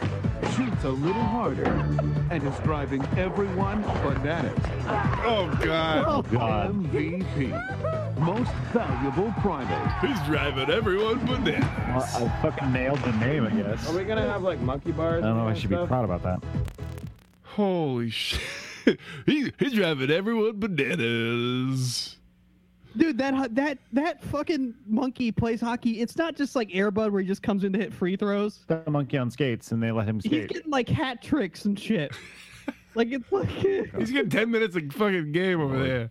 shoots a little harder, and is driving everyone bananas.
Oh God,
God.
MVP, most valuable primate.
he's driving everyone bananas.
Well, I fucking nailed the name, I guess.
Are we gonna have like monkey bars?
I
and
don't know. if I
that
should be
stuff?
proud about that.
Holy shit, [LAUGHS] he, he's driving everyone bananas.
Dude, that hu- that that fucking monkey plays hockey. It's not just like Airbud where he just comes in to hit free throws.
That monkey on skates, and they let him
He's
skate.
getting like hat tricks
[LAUGHS]
and shit. like it's like [LAUGHS]
He's getting ten minutes of fucking game over there.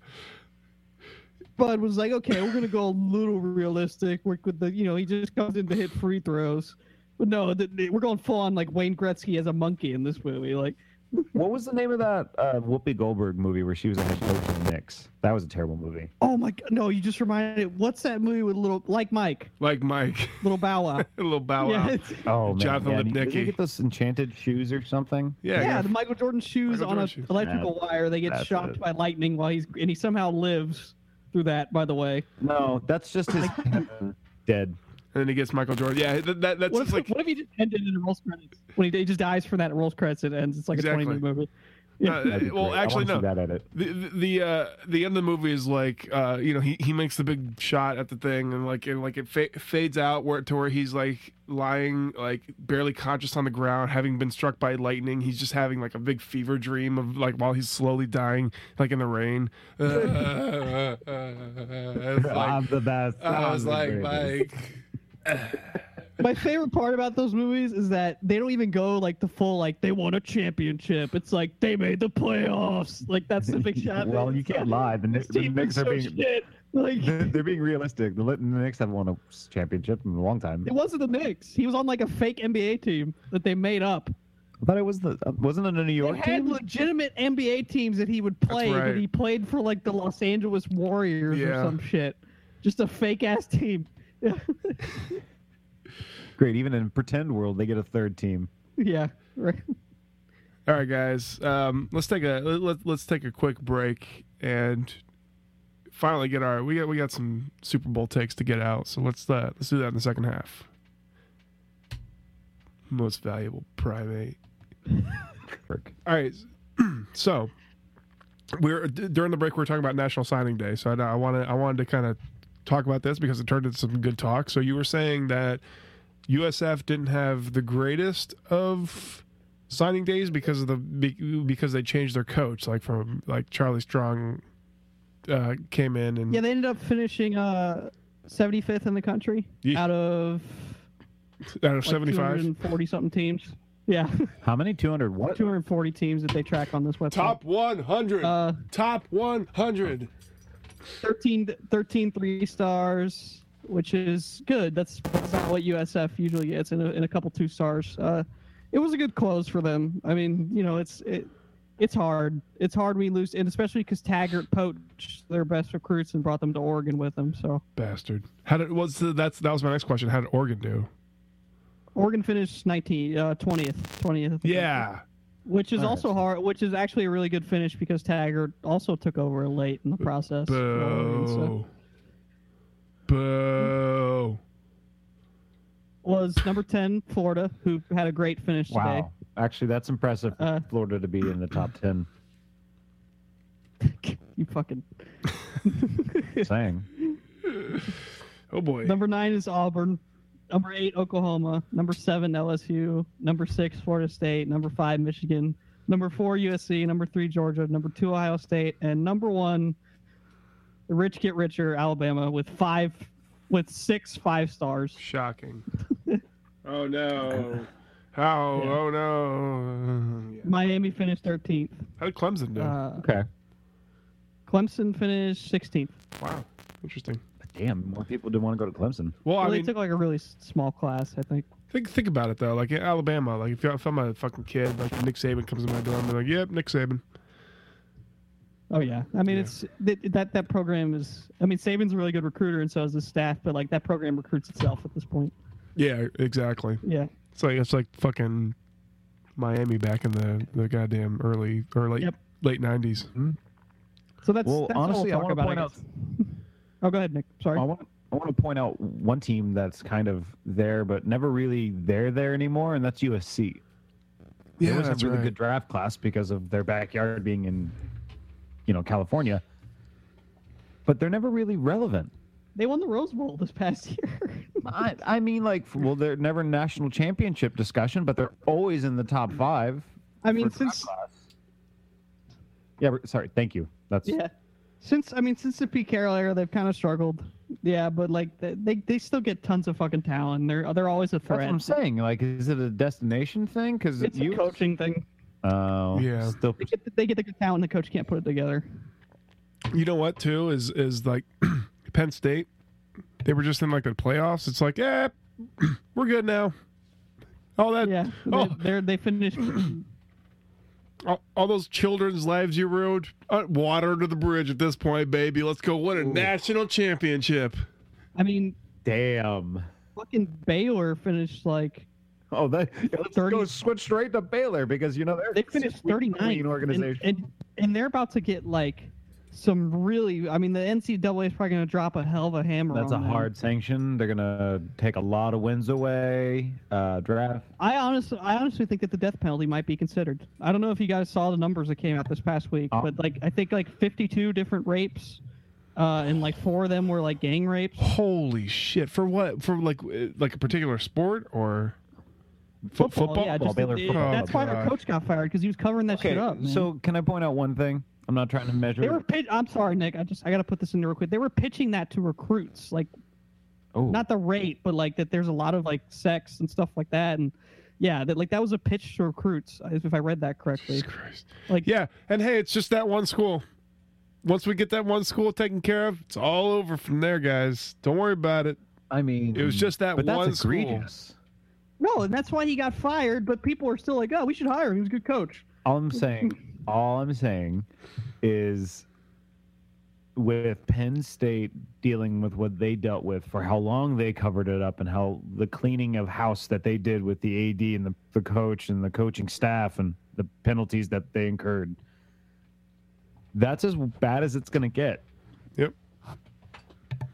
Bud was like, okay, we're gonna go a little realistic. Work with the, you know, he just comes in to hit free throws. But no, th- th- we're going full on like Wayne Gretzky as a monkey in this movie. Like,
What was the name of that uh, Whoopi Goldberg movie where she was a head coach of the Knicks? That was a terrible movie.
oh my god, no, you just reminded. What's that movie with little like Mike,
Like Mike, [LAUGHS]
little Bow Wow?
a little bow
[LAUGHS] yeah,
wow.
it's-
Oh man,
Jonathan
yeah, and he- did
Lipnicki.
he get those enchanted shoes or something?
Yeah,
yeah,
yeah.
the Michael Jordan shoes
Michael
on
Jordan
an
shoes.
electrical wire. They get
that's
shocked
it.
by lightning while he's and he somehow lives through that. By the way,
No, that's just [LAUGHS] his dead.
And then he gets Michael Jordan. Yeah, that, that that's
what
just
if,
like
what if he just ended in rolls credits? When he, he just dies from that and rolls credits, it ends. It's like a
Exactly.
twenty
[LAUGHS]
minute movie. [LAUGHS]
uh,
That'd be
well,
great. I
actually no.
wanna see that edit.
the the uh, the end of the movie is like uh, you know he, he makes the big shot at the thing and like and like it fa- fades out where to where he's like lying like barely conscious on the ground having been struck by lightning he's just having like a big fever dream of like while he's slowly dying like in the
[LAUGHS]
rain. [LAUGHS] Uh, uh, uh, uh, it's like-
I'm the best.
I was
I'm the
like
greatest.
Mike.
My favorite part about those movies is that they don't even go like the full like they won a championship. It's like they made the playoffs. Like that's the
[LAUGHS]
big shot.
well, you can't lie. The Knicks,
This
the
team
Knicks
is
are
so
being
shit. Like
they're they're being realistic. [LAUGHS] The, Lit- the Knicks have won a championship in a long time.
it wasn't the Knicks. He was on like a fake NBA team that they made up.
I thought it was the uh, wasn't it a New
They
York
had
team?
legitimate NBA teams that he would play,
right.
but he played for like the Los Angeles Warriors
Yeah.
or some shit. Just a fake ass team. [LAUGHS]
Great. Even in pretend world, they get a third team.
yeah. Right.
All right, guys. Um, let's take a let, let's take a quick break and finally get our we got we got some Super Bowl takes to get out. So let's uh, let's do that in the second half. Most valuable primate.
Frick.
All right. [CLEARS THROAT] So we're d- during the break we are talking about National Signing Day. So I, I wanted I wanted to kind of talk about this because it turned into some good talk. So you were saying that USF didn't have the greatest of signing days because of the be- because they changed their coach like from like Charlie Strong uh, came in and
Yeah, they ended up finishing uh 75th in the country
Yeah.
out of
out of 75
40 something teams. Yeah, [LAUGHS]
How many? Two hundred what?
240 teams that they track on this website.
100
uh,
top 100
13, 13 three stars, which is good. That's, that's not what USF usually gets in a, in a couple two stars. Uh, it was a good close for them. I mean, you know, it's it, it's hard. It's hard we lose, and especially because Taggart poached their best recruits and brought them to Oregon with them. So
bastard how did what's the, that's that was my next question how did Oregon do
Oregon finished 19, uh, 20th, 20th.
yeah
Which is
All right.
also hard. Which is actually a really good finish because Taggart also took over late in the process. for Oregon, so-
Boo. Boo.
was number ten Florida, who had a great finish
Wow. Actually, that's impressive for
Uh,
Florida to be in the
[CLEARS THROAT]
top 10.
today. [LAUGHS] you fucking [LAUGHS]
Saying.
Oh boy.
number nine is Auburn, number eight Oklahoma, number seven LSU, number six Florida State, number five Michigan, number four USC, number three Georgia, number two Ohio State, and number one. The rich get richer, Alabama with five, with six five stars.
Shocking. oh no. How?
Yeah.
Oh no. Yeah.
Miami finished thirteenth.
How did Clemson do?
Uh,
Okay.
Clemson finished 16th.
wow. Interesting.
Damn, more people didn't want to go to Clemson.
Well, I
Well, they
mean,
took like a really s- small class, I think.
think think about it though. Like in Alabama, like if, you're, if I'm a fucking kid, like Nick Saban comes to my door, I'm like, yep, Nick Saban.
Oh yeah, I mean
Yeah.
it's th- that that program is. I mean Saban's a really good recruiter, and so is his staff. But like that program recruits itself at this point.
Yeah, exactly.
Yeah.
It's like it's like fucking Miami back in the the goddamn early or late
Yep.
late '90s.
So that's
Well,
that's all
honestly, I
we'll
want
talk
to
about. I
point out.
guess. Oh, go ahead, Nick. Sorry.
I want, I want to point out one team that's kind of there, but never really there there anymore, and that's USC. there
Yeah,
was
that's
a really
right.
good draft class because of their backyard being in, you know, California. But they're never really relevant.
They won the Rose Bowl this past [LAUGHS] year.
I, I mean, like, well, they're never national championship discussion, but they're always in the top five.
I mean,
for draft
since
class. yeah, we're- sorry, thank you. That's
yeah, since I mean, since the Pete Carroll era, they've kind of struggled. Yeah, but like they, they they still get tons of fucking talent. They're they're always a
that's what
threat.
I'm saying. Like, is it a destination thing? Because
It's
you
a coaching thing.
Oh,
Yeah.
Still,
They get, they get the good talent, and the coach can't put it together.
You know what too is is like [CLEARS THROAT] Penn State. They were just in like the playoffs. It's like, eh, [CLEARS THROAT] we're good now. All that,
[LAUGHS]
Yeah,
Oh.
they, they're they finished. [CLEARS THROAT]
all, all those children's lives you ruined. Uh, water under the bridge at this point, baby. Let's go win a national championship.
I mean,
damn.
fucking Baylor finished like
Oh, that let's
30
go switch straight to Baylor because you know they're
they finished
such a
39
clean organization.
And, and, and they're about to get like some really i mean the ncaa is probably going to drop a hell of a hammer
That's a
on them.
hard sanction. They're gonna take a lot of wins away. Uh, draft.
i honestly i honestly think that the death penalty might be considered i don't know if you guys saw the numbers that came out this past week
Oh.
but like i think like 52 different rapes uh, and like four of them were like gang rapes
Holy shit! For what? For like uh, like a particular sport or fo- football? Oh,
yeah, just,
Baylor
it-
football. Oh
that's why their
God.
coach got fired because he was covering that shit up man.
so can I point out one thing? I'm not trying to
they were
measure.
pitch- i'm sorry nick i just i gotta put this in there real quick they were pitching that to recruits like
Oh,
not the rape, but like that there's a lot of like sex and stuff like that. And yeah, that like that was a pitch to recruits, if I read that correctly.
Jesus Christ.
Like-
yeah, and hey, it's just that one school. Once we get that one school taken care of, it's all over from there, guys. Don't worry about it.
I mean,
It was just that
but
one
that's
school.
egregious.
No, and that's why he got fired, but people are still like, oh, we should hire him. He was a good coach.
All I'm saying, all I'm saying, is with Penn State dealing with what they dealt with for how long they covered it up and how the cleaning of house that they did with the AD and the, the coach and the coaching staff and the penalties that they incurred. That's as bad as it's going to get.
Yep.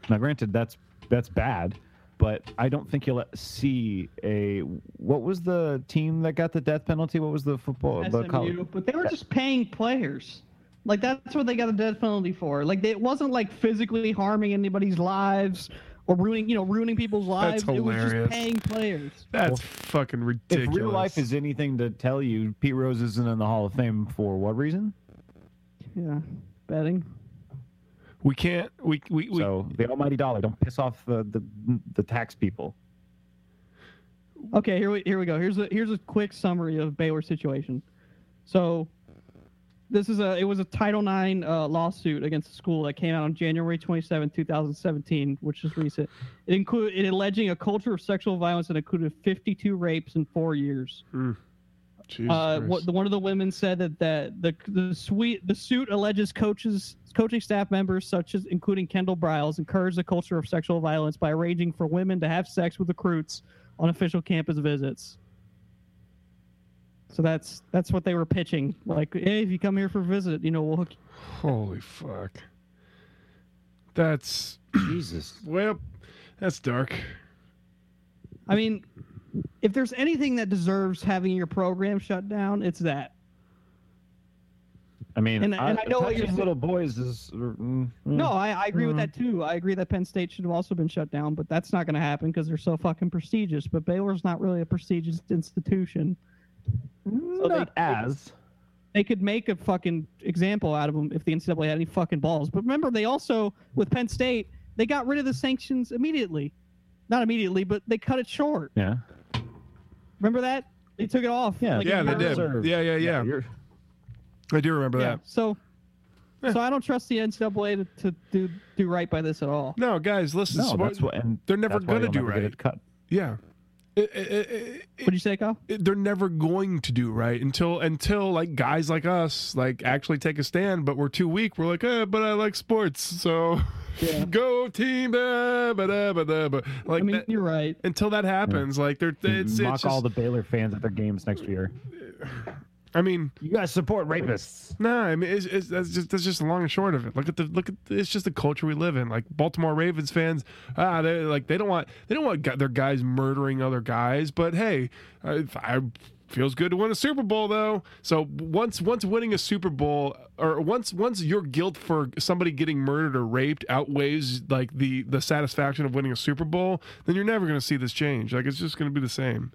Now, granted, that's that's bad, but I don't think you'll see a what was the team that got the death penalty? What was the football? The college?
SMU, but they were just paying players. Like that's what they got a death penalty for. Like they, it wasn't like physically harming anybody's lives or ruining, you know, ruining people's lives.
That's
It was
hilarious.
just paying players.
That's fucking ridiculous.
If real life is anything to tell you, Pete Rose isn't in the Hall of Fame for what reason?
Yeah, betting.
we can't. We we, we
so the almighty dollar, don't piss off the the, the tax people.
Okay, here we here we go. Here's a here's a quick summary of Baylor's situation. So, this is a it was a Title IX uh, lawsuit against the school that came out on January 27, 2017, which is recent. It include it alleging a culture of sexual violence that included 52 rapes in four years.
Jesus
Uh,
Christ.
what, the, one of the women said that that the the suite the suit alleges coaches coaching staff members such as including Kendall Briles encouraged a culture of sexual violence by arranging for women to have sex with recruits on official campus visits. So that's that's what they were pitching. Like, hey, if you come here for a visit, you know, we'll hook you.
Holy fuck. That's
Jesus.
well. That's dark.
I mean, if there's anything that deserves having your program shut down, it's that.
I mean,
And- and I know what
touching
you're saying.
little boys is mm, mm.
No, I, I agree with that too. I agree that Penn State should have also been shut down, but that's not going to happen because they're so fucking prestigious. But Baylor's not really a prestigious institution. So they-
not as.
They could make a fucking example out of them if the NCAA had any fucking balls. But remember, they also with Penn State, they got rid of the sanctions immediately. Not immediately, but they cut it short.
Yeah.
Remember that? They took it off.
Yeah.
like,
Yeah, they
entirely.
did. Yeah, yeah, yeah.
you're-
I do remember
Yeah.
that. Eh.
So, so I don't trust the NCAA to, to do do right by this at all.
No, guys, listen.
no,
smart-
that's what. And
they're never
that's why
gonna
you'll
do
never get
right.
it Cut.
Yeah. It- it- it- it-
What'd you say, Kyle?
it- they're never going to do right until until like guys like us like actually take a stand but we're too weak we're like eh, but i like sports so [LAUGHS] go team eh, ba, da, ba, da, ba. like
I mean,
that-
you're right.
until that happens like they're it's,
Mock
it's
all
just-
the Baylor fans at their games next year.
I mean,
You guys support rapists.
no, I mean it's, it's, that's just that's just the long and short of it. Look at the look at it's just the culture we live in. Like Baltimore Ravens fans, ah, they like they don't want they don't want gu- their guys murdering other guys. But hey, I, I feels good to win a Super Bowl though. So once once winning a Super Bowl or once once your guilt for somebody getting murdered or raped outweighs like the the satisfaction of winning a Super Bowl, then you're never going to see this change. Like it's just going to be the same.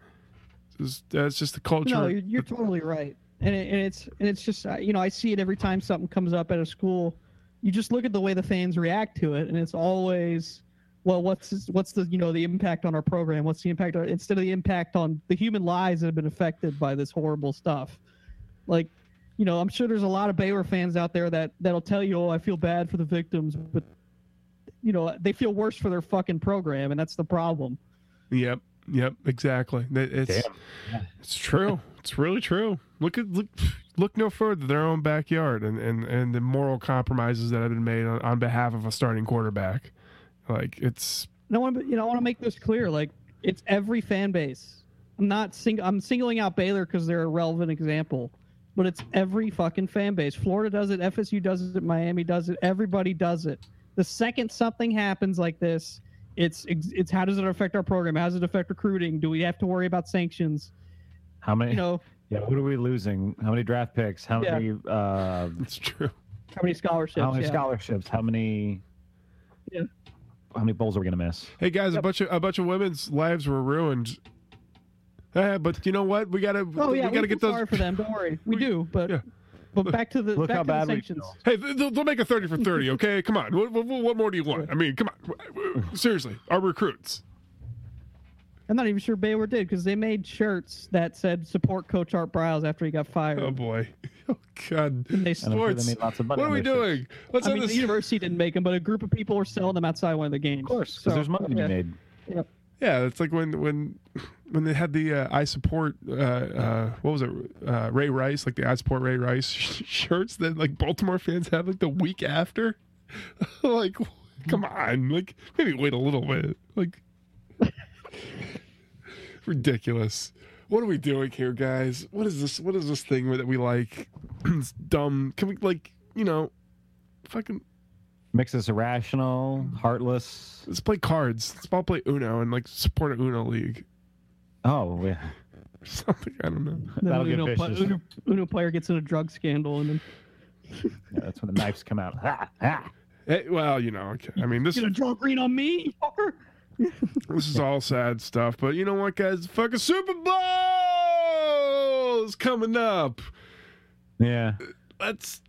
It's- That's just the culture.
No, you're, you're totally right, and, it, and it's and it's just uh, you know I see it every time something comes up at a school. You just look at the way the fans react to it, and it's always, well, what's this- what's the you know the impact on our program? What's the impact on, instead of the impact on the human lives that have been affected by this horrible stuff? Like, you know, I'm sure there's a lot of Baylor fans out there that that'll tell you, oh, I feel bad for the victims, but you know they feel worse for their fucking program, and that's the problem.
Yep. Yep. Exactly. That- It's it's true. It's really true. Look at look, look no further than their own backyard and, and, and the moral compromises that have been made on, on behalf of a starting quarterback. Like it's
And I want to, you know, I want to make this clear. Like, it's every fan base. I'm not sing. I'm singling out Baylor because they're a relevant example, but it's every fucking fan base. Florida does it. FSU does it. Miami does it. Everybody does it. The second something happens like this, it's it's how does it affect our program? How does it affect recruiting? Do we have to worry about sanctions?
How many?
You know,
yeah. What are we losing? How many draft picks? How
Yeah.
many? Uh,
it's true.
how many scholarships?
how many
yeah.
scholarships? How many?
Yeah.
How many bowls are we gonna miss?
Hey guys, a bunch of a bunch of women's lives were ruined. Eh, but you know what? We gotta
Oh yeah,
we gotta get those.
sorry for them. Don't worry,
[LAUGHS]
we do. But
Yeah.
but back to the
Look
back
how
to
bad
the
we
sanctions.
feel.
Hey, th- they'll, they'll make a thirty for thirty.
[LAUGHS]
Okay, come on. What, what, what more do you want? I mean, come on. Seriously, our recruits.
I'm not even sure Baylor did because they made shirts that said support Coach Art Briles after he got fired.
Oh boy. [LAUGHS] Oh god.
And they
And I'm sure they
Sports.
made lots of money
What are
on
we
their shirts.
doing? Let's
I
end
mean, the
this.
university didn't make them, but a group of people were selling them outside one of the games. Of
course, 'cause there's money to be made.
Yeah, it's like when when when they had the uh, I support uh, uh, what was it uh, Ray Rice like the I support Ray Rice [LAUGHS] shirts that like Baltimore fans had like the week after. [LAUGHS] like, come on, like maybe wait a little bit. Like, [LAUGHS] ridiculous. What are we doing here, guys? What is this? What is this thing that we like? [CLEARS THROAT] it's dumb. Can we like you know, fucking
Makes us irrational, heartless.
let's play cards. Let's all play Uno and like support a Uno league.
Oh, yeah.
[LAUGHS] something. I don't know.
Then
That'll get
Uno, pla-
vicious.
Uno, Uno player gets in a drug scandal, and then
yeah that's when the knives come out. Ha, ha.
Eh, well, you know, okay. I mean, this
you
[LAUGHS]
gonna draw green on me, you fucker.
this is all sad stuff, but you know what, guys? The Fucking Super Bowl is coming up.
Yeah.
That's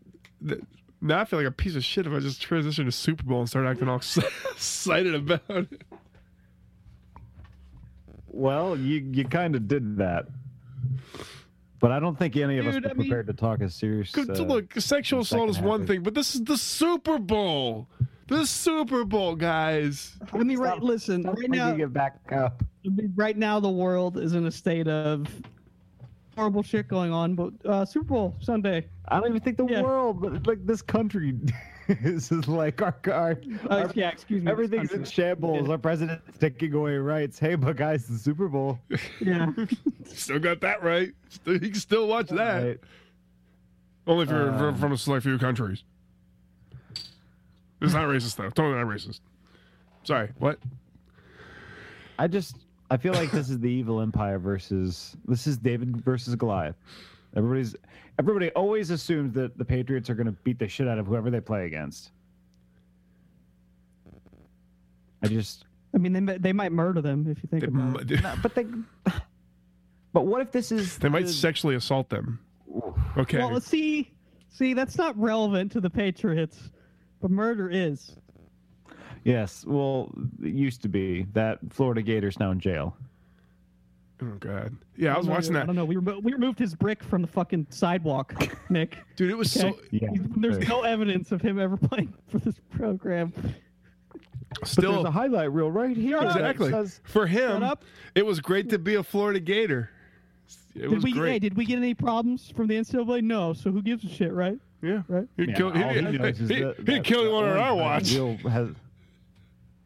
th- now I feel like a piece of shit if I just transitioned to Super Bowl and started acting all [LAUGHS] excited about it.
Well, you you kind of did that, but I don't think any of
Dude,
us
I
were
mean-
prepared to talk as serious.
Good-
uh,
Look, sexual assault
second
is one
half.
thing, but this is the Super Bowl. The Super Bowl, guys.
[LAUGHS]
I mean, right?
Stop-
Listen,
Stop
right
bringing
now,
it back up.
right now, the world is in a state of horrible shit going on. But uh, Super Bowl Sunday,
I don't even think the
Yeah.
world, but like this country, [LAUGHS] is just like our our,
uh,
our-
yeah, excuse me, this
everything's in
country.
shambles.
Yeah.
Our president's taking away rights. Hey, but guys, the Super Bowl.
yeah.
[LAUGHS]
Still got that right. Still, you can still watch that.
Right.
Only if you're
Um,
from a select few countries. It's not racist though. Totally not racist. Sorry. What?
I just I feel like this is the evil empire versus this is David versus Goliath. Everybody's everybody always assumes that the Patriots are going to beat the shit out of whoever they play against. I just
I mean, they, mi- they might murder them if you think
They,
about it.
mi-
no, but they but what if this is
they might
the-
sexually assault them. Okay.
Well, see, see, that's not relevant to the Patriots, but murder is.
Yes, well, it used to be that Florida Gator's now in jail.
oh god. Yeah, I was
don't know-
watching
I
that.
don't know. We, remo- we removed his brick from the fucking
[LAUGHS]
sidewalk, Nick.
Dude, it was so
Okay.
Yeah.
There's no evidence of him ever [LAUGHS] playing for this program.
But there's a
still
highlight reel right here. that
exactly
says-
for
Shut
him.
up.
It was great to be a Florida Gator. It
Did
was
we? Hey,
great.
did we get any problems from the NCAA? No. So who gives a shit, right?
Yeah.
Right?
He
Yeah,
killed.
all
He,
he knows
he,
is
he,
that-
he
that
killed
the
one on our
orange
watch.
reel has-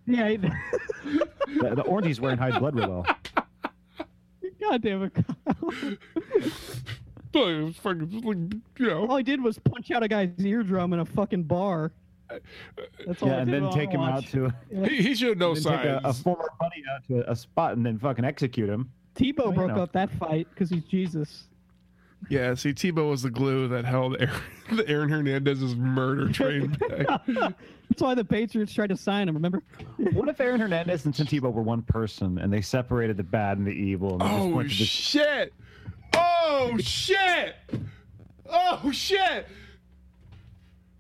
Yeah. [LAUGHS] he-
the, the orange he's wearing hides blood real well.
God damn it. Kyle.
Like, fucking, like, you know,
All I did was punch out a guy's eardrum in a a fucking bar.
uh,
That's all I
yeah, and
did
then
all
take him out
watch.
to
[LAUGHS] he, he should know
then take a,
signs.
a former buddy out to a spot and then fucking execute [LAUGHS] him.
Tebow
you
broke
know.
up that fight because
[LAUGHS]
he's Jesus. [LAUGHS]
yeah, see, Tebow was the glue that held Aaron, [LAUGHS] the Aaron Hernandez's murder
[LAUGHS]
train back.
That's why the Patriots tried to sign
[LAUGHS]
him. Remember?
What if Aaron Hernandez and Tim Tebow were one person and they separated the bad and the evil? And they just
Oh
went to the-
shit! Oh shit! Oh shit!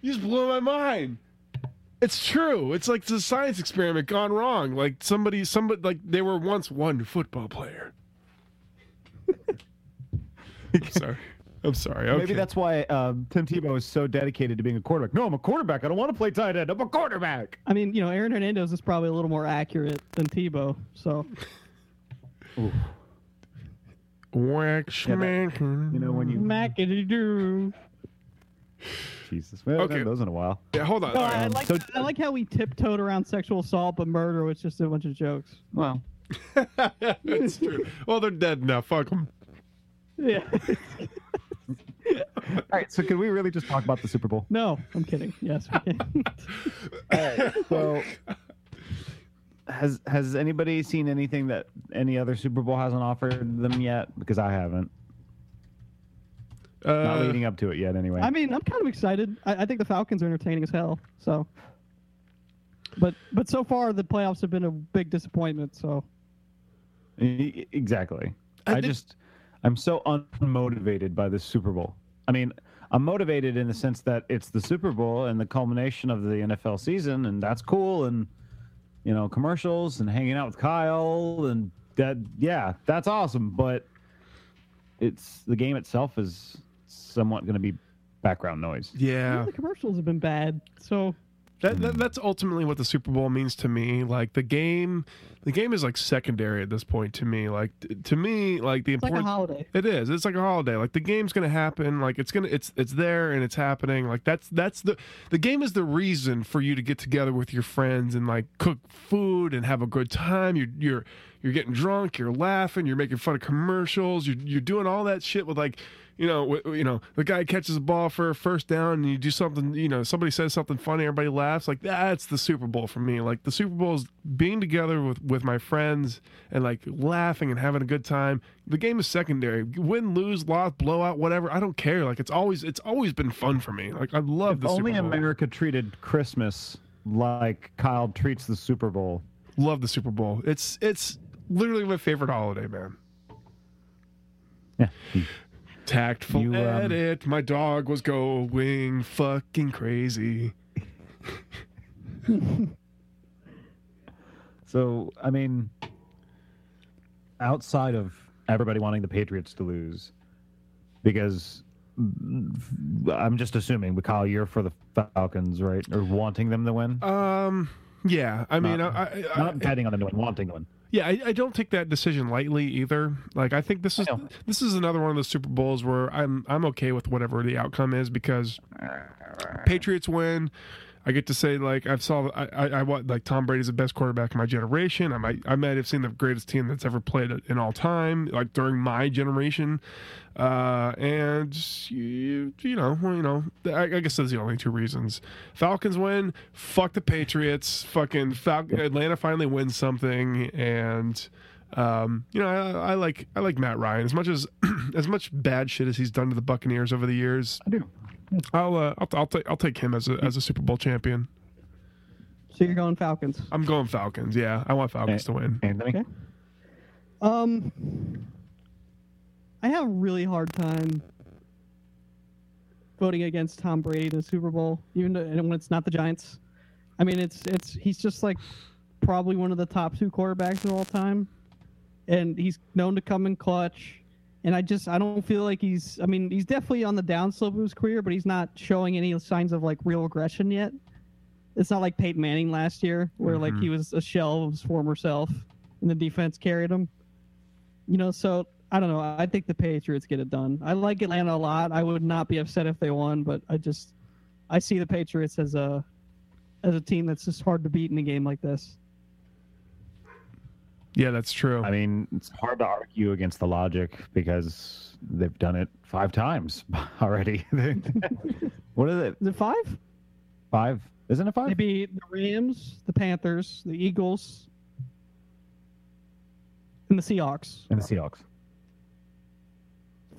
You just blew my mind. It's true. It's like the science experiment gone wrong. Like somebody, somebody, like they were once one football player. [LAUGHS] I'm sorry. I'm sorry. Okay.
Maybe that's why um, Tim Tebow is so dedicated to being a quarterback. No, I'm a quarterback. I don't want to play tight end. I'm a quarterback.
I mean, you know, Aaron Hernandez is probably a little more accurate than Tebow. So
wax
Yeah, that-
man.
You know when you
Mac-a-doo.
Jesus. Well,
Okay.
okay. those in a while.
Yeah, hold on.
No,
All
I, I
right.
like
So-
I like how we tiptoed around sexual assault, but murder was just a bunch of jokes.
Well,
[LAUGHS] it's true. Well, they're dead now. Fuck them.
Yeah.
all right. So can we really just talk about the Super [LAUGHS] Bowl?
[LAUGHS] no, I'm kidding. Yes. We can.
So has has anybody seen anything that any other Super Bowl hasn't offered them yet? Because I haven't. Not
Uh,
leading up to it yet, anyway.
I mean, I'm kind of excited. I, I think the Falcons are entertaining as hell. So, but but so far the playoffs have been a big disappointment. So
E- e- Exactly.
I
I,
did-
just I'm so unmotivated by the Super Bowl. I mean, I'm motivated in the sense that it's the Super Bowl and the culmination of the NFL season, and that's cool, and you know, commercials and hanging out with Kyle, and that yeah, that's awesome. But it's the game itself is somewhat going to be background noise.
yeah.
the commercials have been bad. So
That,
Hmm.
that that's ultimately what the Super Bowl means to me. Like the game, the game is like secondary at this point to me. Like t- to me, like the
it's like a
important
holiday.
it is. It's like a holiday. Like the game's gonna happen. Like it's gonna it's it's there and it's happening. Like that's that's the the game is the reason for you to get together with your friends and like cook food and have a good time. You're you're you're getting drunk. You're laughing. You're making fun of commercials. You're you're doing all that shit with like. You know, wi- you know, the guy catches the ball for a first down, and you do something. You know, somebody says something funny, everybody laughs. Like that's the Super Bowl for me. Like the Super Bowl is being together with with my friends and like laughing and having a good time. The game is secondary. Win, lose, loss, blowout, whatever. I don't care. Like it's always it's always been fun for me. Like I love
If
the
only
Super Bowl.
America treated Christmas like Kyle treats the Super Bowl.
love the Super Bowl. It's it's literally my favorite holiday, man.
Yeah. Hmm.
Tactful
You, um,
edit. My dog was going fucking crazy.
So I mean, outside of everybody wanting the Patriots to lose, because I'm just assuming, but Kyle, you're for the Falcons, right? Or wanting them to win?
Um. Yeah. I mean,
Not-
I, I, I,
Not betting on them to win, wanting to win.
Yeah, I, I don't take that decision lightly either. Like I think this is
I know.
this is another one of those Super Bowls where I'm I'm okay with whatever the outcome is because Patriots win. I get to say like I've saw I I, I wa- like Tom Brady's the best quarterback of my generation. I might I might have seen the greatest team that's ever played in all time like during my generation, uh, and you, you know well, you know I, I guess those are the only two reasons. Falcons win. Fuck the Patriots. Fucking Fal- Atlanta finally wins something, and um, you know I, I like I like Matt Ryan as much as [CLEARS THROAT] as much bad shit as he's done to the Buccaneers over the years.
I do.
I'll uh, I'll, I'll take I'll take him as a as a Super Bowl champion.
So you're going Falcons.
I'm going Falcons. Yeah, I want Falcons to win.
Anthony,
Okay. Um, I have a really hard time voting against Tom Brady in the Super Bowl, even though, and when it's not the Giants. I mean, it's it's he's just like probably one of the top two quarterbacks of all time, and he's known to come in clutch. And I just I don't feel like he's I mean he's definitely on the downslope of his career, but he's not showing any signs of like real aggression yet. It's not like Peyton Manning last year, where like he was a shell of his former self, and the defense carried him. You know, so I don't know. I think the Patriots get it done. I like Atlanta a lot. I would not be upset if they won, but I just I see the Patriots as a as a team that's just hard to beat in a game like this.
Yeah, that's true.
I mean, it's hard to argue against the logic because they've done it five times [LAUGHS] already. what is it?
Is it five?
Five? Isn't it five?
Maybe the Rams, the Panthers, the Eagles, and the Seahawks.
And the Seahawks.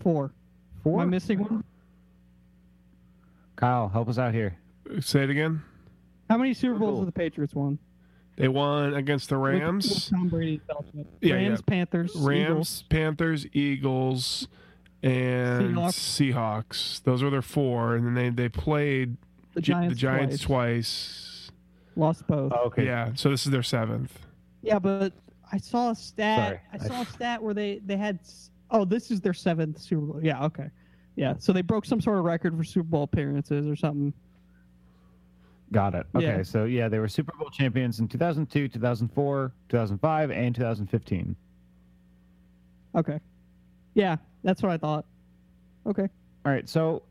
Four.
Four.
Am I missing one?
Kyle, help us out here.
Say it again.
How many Super Bowls
Cool.
have the Patriots won?
They won against the
With-
Rams.
with Tom Brady. and Belichick.
Yeah,
Rams, Panthers, Eagles.
Rams, Panthers, Eagles, and Seahawks. Those were their four, and then they they played
the
Gi-
Giants,
the Giants
twice.
twice.
Lost both.
Okay.
Yeah, so this is their seventh.
Yeah, but I saw a stat.
Sorry.
I saw a stat where they they had. s- Oh, this is their seventh Super Bowl. Yeah, okay, yeah. So they broke some sort of record for Super Bowl appearances or something.
Got it. Okay.
Yeah.
So, yeah, they were Super Bowl champions in 2002, 2004, 2005, and 2015.
Okay, yeah, that's what I thought. Okay,
All right. So,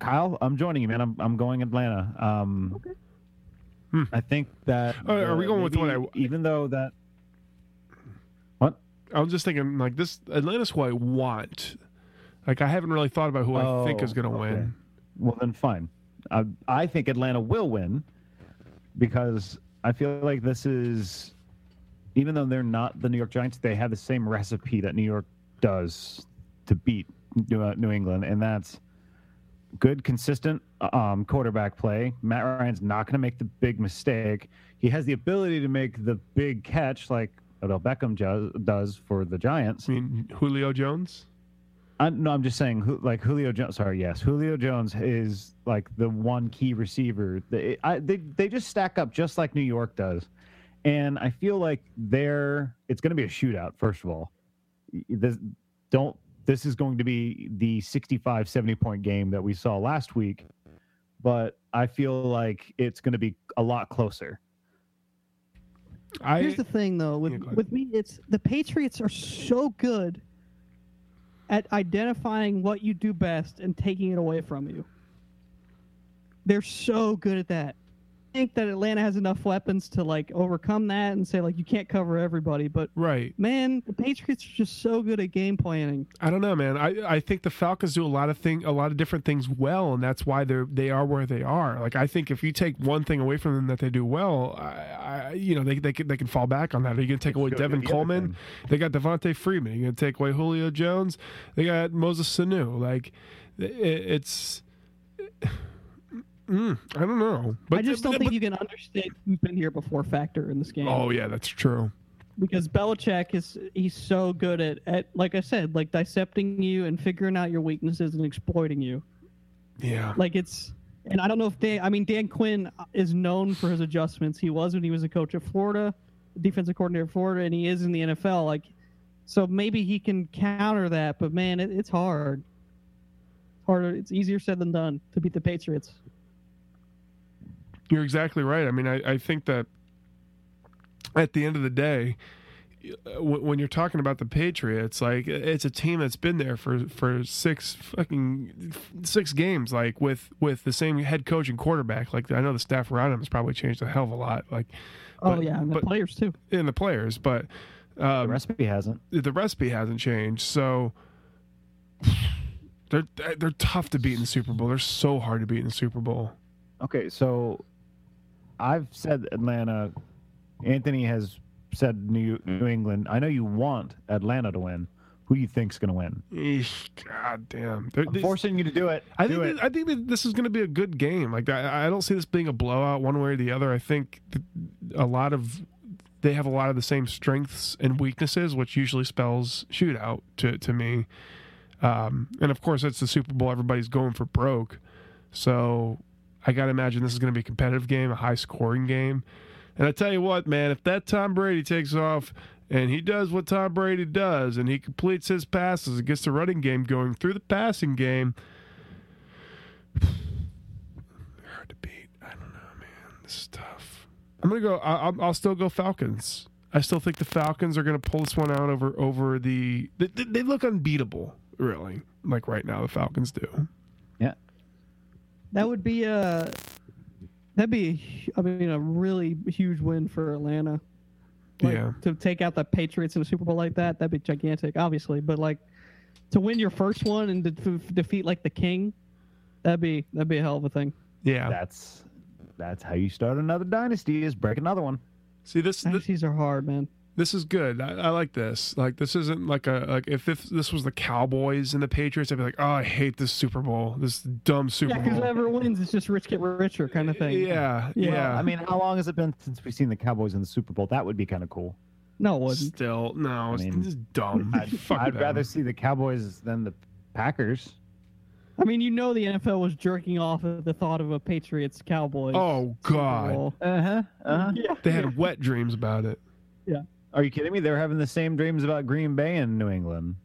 Kyle, I'm joining you, man. I'm, I'm going Atlanta. Um,
Okay.
Hmm.
I think that.
Uh, are we
uh,
going with the one
maybe
I-
Even though that.
I was just thinking like this Atlanta's who I want. Like I haven't really thought about who I think
Oh,
is going to
okay.
win.
Well, then fine. I, I think Atlanta will win because I feel like this is, even though they're not the New York Giants, they have the same recipe that New York does to beat New uh, New England, and that's good, consistent um, quarterback play. Matt Ryan's not going to make the big mistake. He has the ability to make the big catch like Odell Beckham jo- does for the Giants.
I mean, Julio Jones.
I, no, I'm just saying, who, like Julio Jones. Sorry, yes, Julio Jones is like the one key receiver. They, I, they they just stack up just like New York does, and I feel like they're it's going to be a shootout. First of all, this don't this is going to be the 65 70 point game that we saw last week, but I feel like it's going to be a lot closer.
I
here's the thing though with
Yeah, go ahead.
with me, it's the Patriots are so good at identifying what you do best and taking it away from you. They're so good at that. I think that Atlanta has enough weapons to like overcome that and say like you can't cover everybody, but
right.
man, the Patriots are just so good at game planning.
I don't know, man. I, I think the Falcons do a lot of thing, a lot of different things well, and that's why they're they are where they are. Like I think if you take one thing away from them that they do well, I, I you know they they can, they can fall back on that. Are you going to take away
Let's go do
Devin
the other
Coleman?
thing.
They got Devontae Freeman. You're going to take away Julio Jones. They got Moses Sanu. Like it, it's. [SIGHS] Mm, I don't know, but
I just don't think you can understate who's been here before factor in this game.
Oh yeah, that's true.
because Belichick is he's so good at, at like I said, like dissecting you and figuring out your weaknesses and exploiting you.
Yeah,
Like it's and I don't know if Dan I mean Dan Quinn is known for his adjustments. He was when he was a coach at Florida, defensive coordinator at Florida, and he is in the NFL. Like so maybe he can counter that, but man, it, it's hard. It's harder it's easier said than done to beat the Patriots.
you're exactly right. I mean, I, I think that at the end of the day, uh, when when you're talking about the Patriots, like it's a team that's been there for for six fucking six games, like with with the same head coach and quarterback. Like I know the staff around him has probably changed a hell of a lot, like
Oh
But-
yeah, and the
but-
players too.
in the players, but
The
um,
recipe hasn't.
the recipe hasn't changed. So [SIGHS] they're they're tough to beat in the Super Bowl. They're so hard to beat in the Super Bowl.
Okay, so I've said Atlanta. Anthony has said New, New England. I know you want Atlanta to win. Who do you think's going to win?
Eesh, God damn. They're-
I'm
these-
forcing you to do it.
I
do
think
it.
that, I think that this is going to be a good game. Like I, I don't see this being a blowout one way or the other. I think th- a lot of they have a lot of the same strengths and weaknesses, which usually spells shootout to to me. Um, and of course, it's the Super Bowl. Everybody's going for broke, so I got to imagine this is going to be a competitive game, a high scoring game. And I tell you what, man, if that Tom Brady takes off and he does what Tom Brady does and he completes his passes and gets the running game going through the passing game, hard to beat. I don't know, man. This is tough. I'm gonna go. I, I'll, I'll still go Falcons. I still think the Falcons are gonna pull this one out over over the. They, they- they look unbeatable, really. Like right now, the Falcons do.
That would be a that'd be a hu- I mean a really huge win for Atlanta. Like,
Yeah.
To take out the Patriots in a Super Bowl like that, that'd be gigantic, obviously. But like to win your first one and to, to defeat like the King, that'd be that'd be a hell of a thing.
Yeah.
That's that's how you start another dynasty is break another one.
See this thi-
Dynasties are hard, man.
this is good. I, I like this. Like this isn't like a like if, if this was the Cowboys and the Patriots, I'd be like, oh, I hate this Super Bowl. This dumb Super
Yeah, because
Bowl.
whoever wins, it's just rich get richer kind of thing.
Yeah,
Yeah.
yeah.
I mean, how long has it been since we've seen the Cowboys in the Super Bowl? That would be kind
[LAUGHS]
of cool.
No, it wasn't.
still no, it's,
I mean,
this is dumb.
I'd,
Fuck
I'd
them.
rather see the Cowboys than the Packers.
I mean, you know the NFL was jerking off at the thought of a Patriots Cowboys.
Oh God,
Uh huh. Uh huh.
Yeah.
they had wet dreams about it.
Are you kidding me? They're having the same dreams about Green Bay and New England.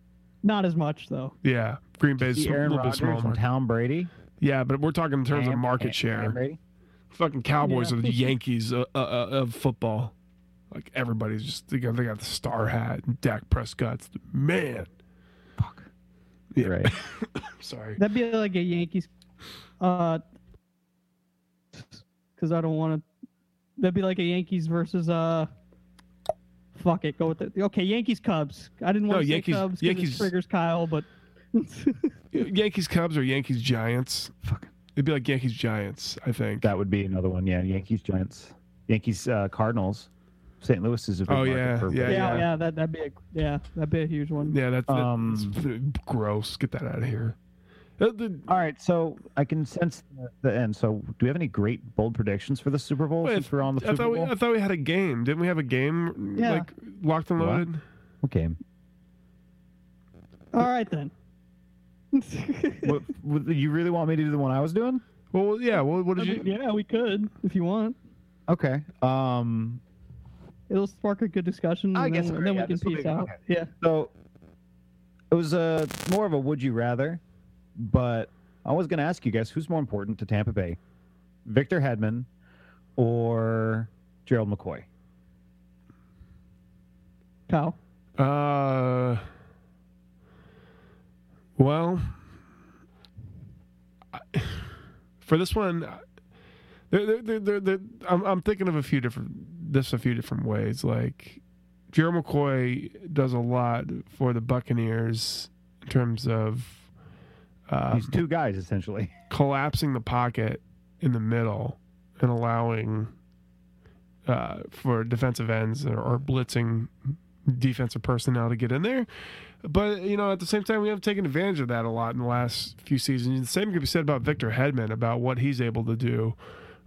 Not as much though.
Yeah, Green Bay's
See
a
Aaron
little bit
Rodgers
smaller.
and Tom Brady.
Yeah, but we're talking in terms of
Cam-
market
Cam- Cam
share.
Brady.
Fucking Cowboys
[LAUGHS]
Yeah.
are the Yankees of, uh, uh, of football. Like everybody's just they got, they got the star hat and Dak Prescott's the man.
Fuck.
Yeah.
Right.
Sorry.
That'd be like a Yankees. Uh, because I don't want to. That'd be like a Yankees versus uh. Fuck it, go with it. Okay, Yankees Cubs. I didn't
No,
want to
Yankees-
say Cubs. 'cause
Yankees-
It triggers
[LAUGHS]
Kyle, but
Yankees Cubs or Yankees Giants.
Fuck.
It'd be like Yankees Giants, I think.
That would be another one. Yeah, Yankees, Giants, Yankees, uh, Cardinals. St. Louis is a big
Oh,
market
yeah,
for
yeah,
yeah,
yeah, that that'd be a yeah, that'd be a huge one.
yeah, that's, that's
Um,
gross. Get that out of here. Uh, the-
All right, so I can sense the- the end. So, do we have any great bold predictions for the Super Bowl
Wait,
since we're on the
I
Super
thought we
Bowl?
I thought we had a game. Didn't we have a game
Yeah.
like locked and
What?
loaded?
okay.
All right then.
what, what, you really want me to do the one I was doing?
Well, yeah. Well, what
I
did
[LAUGHS] mean,
you?
yeah, we could if you want.
Okay. Um.
It'll spark a good discussion.
I
and
guess
then,
so,
then
yeah,
we can
this will
piece
be-
out.
okay.
Yeah.
So, it was a more of a would you rather, but I was going to ask you guys who's more important to Tampa Bay, Victor Hedman, or Gerald McCoy?
Kyle.
Uh, well, I- [SIGHS] for this one, I- there, there, there, there, there, I'm, I'm thinking of a few different this a few different ways. Like Gerald McCoy does a lot for the Buccaneers in terms of uh,
These two guys essentially. [LAUGHS]
collapsing the pocket in the middle and allowing uh, for defensive ends or, or blitzing defensive personnel to get in there. But you know, at the same time, we have taken advantage of that a lot in the last few seasons. The same could be said about Victor Hedman about what he's able to do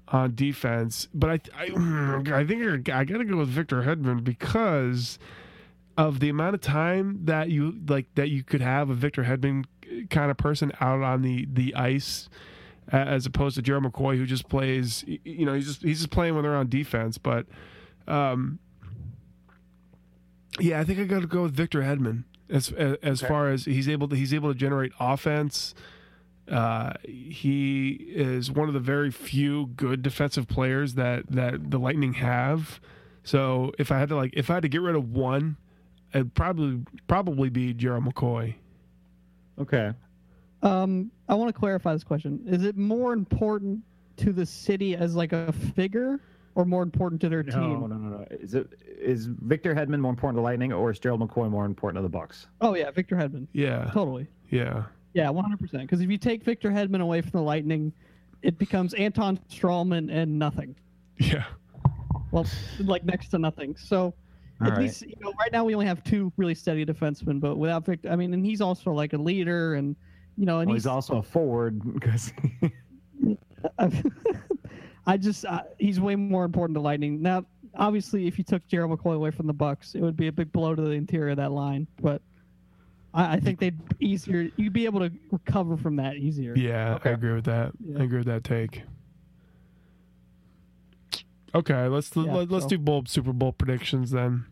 on defense. But I, I, [CLEARS THROAT] I think I got to go with Victor Hedman because of the amount of time that you like that you could have a Victor Hedman kind of person out on the the ice a- as opposed to Gerald McCoy who just plays y- you know he's just he's just playing when they're on defense but um yeah I think I got to go with Victor Hedman as as, as far as he's able to he's able to generate offense uh, he is one of the very few good defensive players that that the Lightning have so if I had to like if I had to get rid of one it'd probably probably be Gerald McCoy
Okay.
Um, I want to clarify this question. Is it more important to the city as like a figure, or more important to their
No, no,
team?
no, no. Is it is Victor Hedman more important to Lightning or is Gerald McCoy more important to the Bucks?
Oh yeah, Victor Hedman.
yeah
Totally.
yeah [LAUGHS]
Yeah, one hundred percent. Because if you take Victor Hedman away from the Lightning, it becomes Anton Strawman and nothing.
yeah
Well, like next to nothing. So.
All
at
right.
least you know, right now we only have two really steady defensemen, but without Victor, I mean, and he's also like a leader, and you know, and
Well, he's also a forward [LAUGHS] because
[LAUGHS] I just uh, he's way more important to Lightning now. Obviously, if you took Gerald McCoy away from the Bucks, it would be a big blow to the interior of that line. But I, I think they'd be easier. You'd be able to recover from that easier.
Yeah,
Okay.
I agree with that.
Yeah.
I agree with that take. Okay, let's
Yeah,
let, us
so-
do bold Super Bowl predictions then.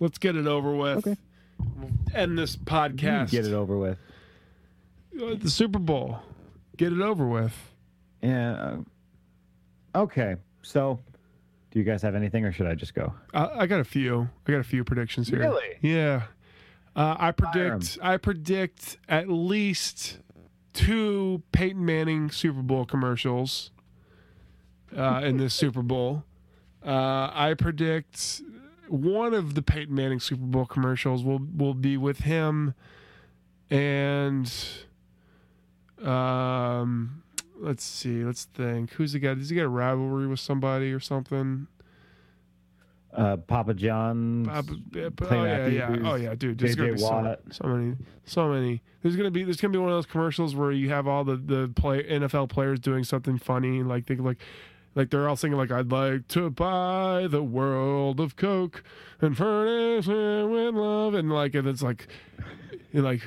Let's get it over with.
Okay.
We'll end this podcast.
get it over with.
Uh, The Super Bowl. Get it over with.
Yeah. uh, Okay. So, do you guys have anything or should I just go?
I, I got a few. I got a few predictions here.
Really?
Yeah. Uh, I
Fire 'em.
predict. I predict at least two Peyton Manning Super Bowl commercials uh, in this Super Bowl. Uh, I predict one of the Peyton Manning Super Bowl commercials will will be with him and um let's see, let's think. Who's the guy? Does he got a rivalry with somebody or something?
Uh, Papa John.
Bob- yeah, but- oh
Plain
yeah,
Matthews,
yeah, oh yeah, dude. There's gonna
JJ
be so,
Watt.
so many, so many. There's gonna be there's gonna be one of those commercials where you have all the the play NFL players doing something funny, like they like. Like they're all singing like I'd like to buy the world of Coke and furnish it with love and like and it's like and like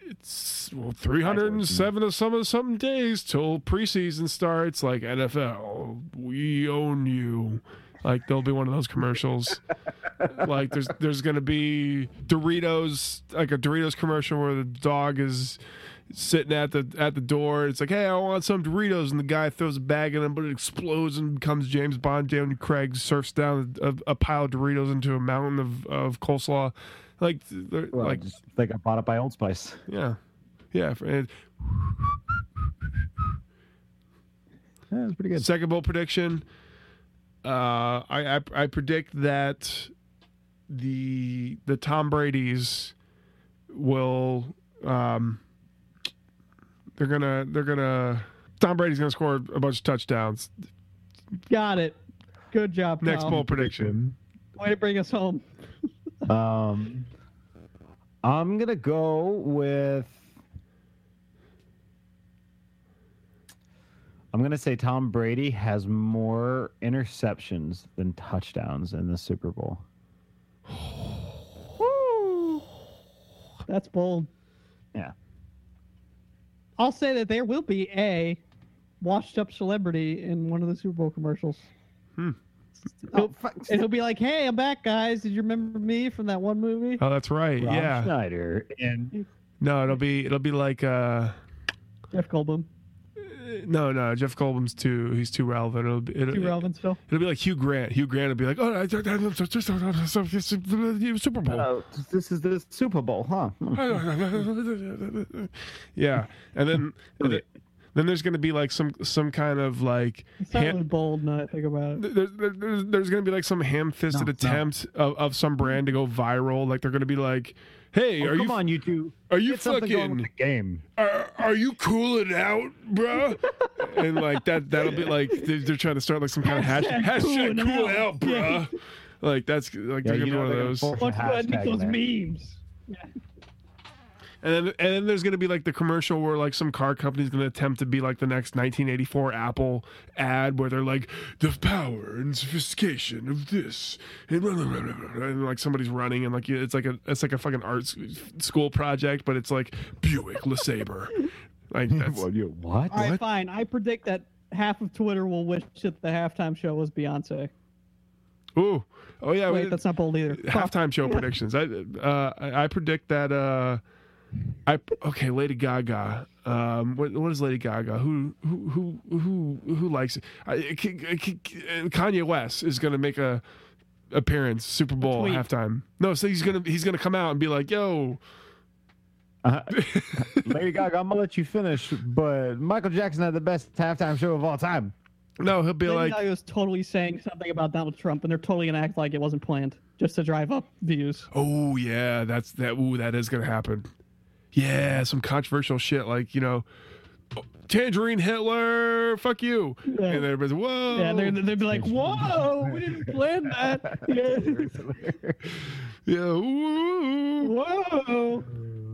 it's well, 307 of some of some days till preseason starts like NFL we own you like there'll be one of those commercials like there's there's gonna be Doritos like a Doritos commercial where the dog is sitting at the at the door. It's like, hey, I want some Doritos, and the guy throws a bag at him, but it explodes and becomes James Bond. Daniel Craig surfs down a, a pile of Doritos into a mountain of of coleslaw. Like, they're-
Well,
like
just like I bought it by Old Spice.
yeah, yeah. for- and
Yeah, it's pretty good.
Second bowl prediction. Uh, I, I I predict that the the Tom Brady's will um, they're gonna they're gonna Tom Brady's gonna score a bunch of touchdowns.
Got it. Good job.
Next
Tom.
bowl prediction.
Way to bring us home.
Um, I'm gonna go with. I'm gonna say Tom Brady has more interceptions than touchdowns in the Super Bowl.
That's bold.
Yeah.
I'll say that there will be a washed up celebrity in one of the Super Bowl commercials.
Hmm.
Oh, and he'll be like, hey, I'm back, guys. Did you remember me from that one movie?
Oh, that's right.
Rob
yeah.
Schneider and
No, it'll be it'll be like uh,
Jeff Goldblum.
no no Jeff Goldblum's too he's too relevant. It'll be it'll,
Two relevance, Phil.
it'll be like Hugh Grant. Hugh Grant will be like oh I- I- I- I- I- I- Super Bowl.
oh, this is the Super Bowl, huh? Hmm.
[LAUGHS] yeah, and then and then- then there's going to be like some some kind of like
It's not really
ham,
bold now that I think about it.
there's, there's, there's going to be like some ham-fisted
No, no.
attempt Of, of some brand to go viral. Like they're going to be like, "Hey,
Oh,
are
come
you
on, you two.
are you
Get something going with
fucking
the game? [LAUGHS]
are, are you cooling out, bruh?" and like that that'll be like they're, they're trying to start like some kind of hashtag
Hashtag
hashtag
cooling
cool
out.
out, bruh. Like that's like
Yeah,
they're gonna
you
be
know
one of
they're gonna
those.
pull-
What's
Hashtag
good? Make those
there.
memes.
And then, and then there's going to be like the commercial where like some car company's going to attempt to be like the next 1984 Apple ad where they're like the power and sophistication of this and, blah, blah, blah, blah, blah," and like somebody's running and like it's like a it's like a fucking art s- school project but it's like Buick LeSabre. Like
[LAUGHS]
that's
Well, you- what?
All right, fine. I predict that half of Twitter will wish that the halftime show was Beyonce.
ooh oh yeah
Wait,
we-
that's not bold either.
[LAUGHS] halftime show predictions. I uh, I I predict that uh, I okay Lady Gaga. Um, what what is Lady Gaga? Who who who who who likes it? I, K- K- K- Kanye West is gonna make a appearance Super Bowl
tweet.
halftime. No, so he's gonna he's gonna come out and be like, "Yo,
Uh, Lady Gaga, I'm gonna let you finish, but Michael Jackson had the best halftime show of all time.
no." He'll be
Lady
like,
Gaga was totally saying something about Donald Trump, and they're totally gonna act like it wasn't planned just to drive up views.
"Oh yeah, that's that. Ooh, that is gonna happen." Yeah, some controversial shit like you know. "Oh, Tangerine Hitler, fuck you!
Yeah.
And everybody's whoa.
Yeah, they're they'd be like, "Whoa, we didn't
[LAUGHS]
plan that." [LAUGHS] Yeah.
Yeah. ooh.
Whoa!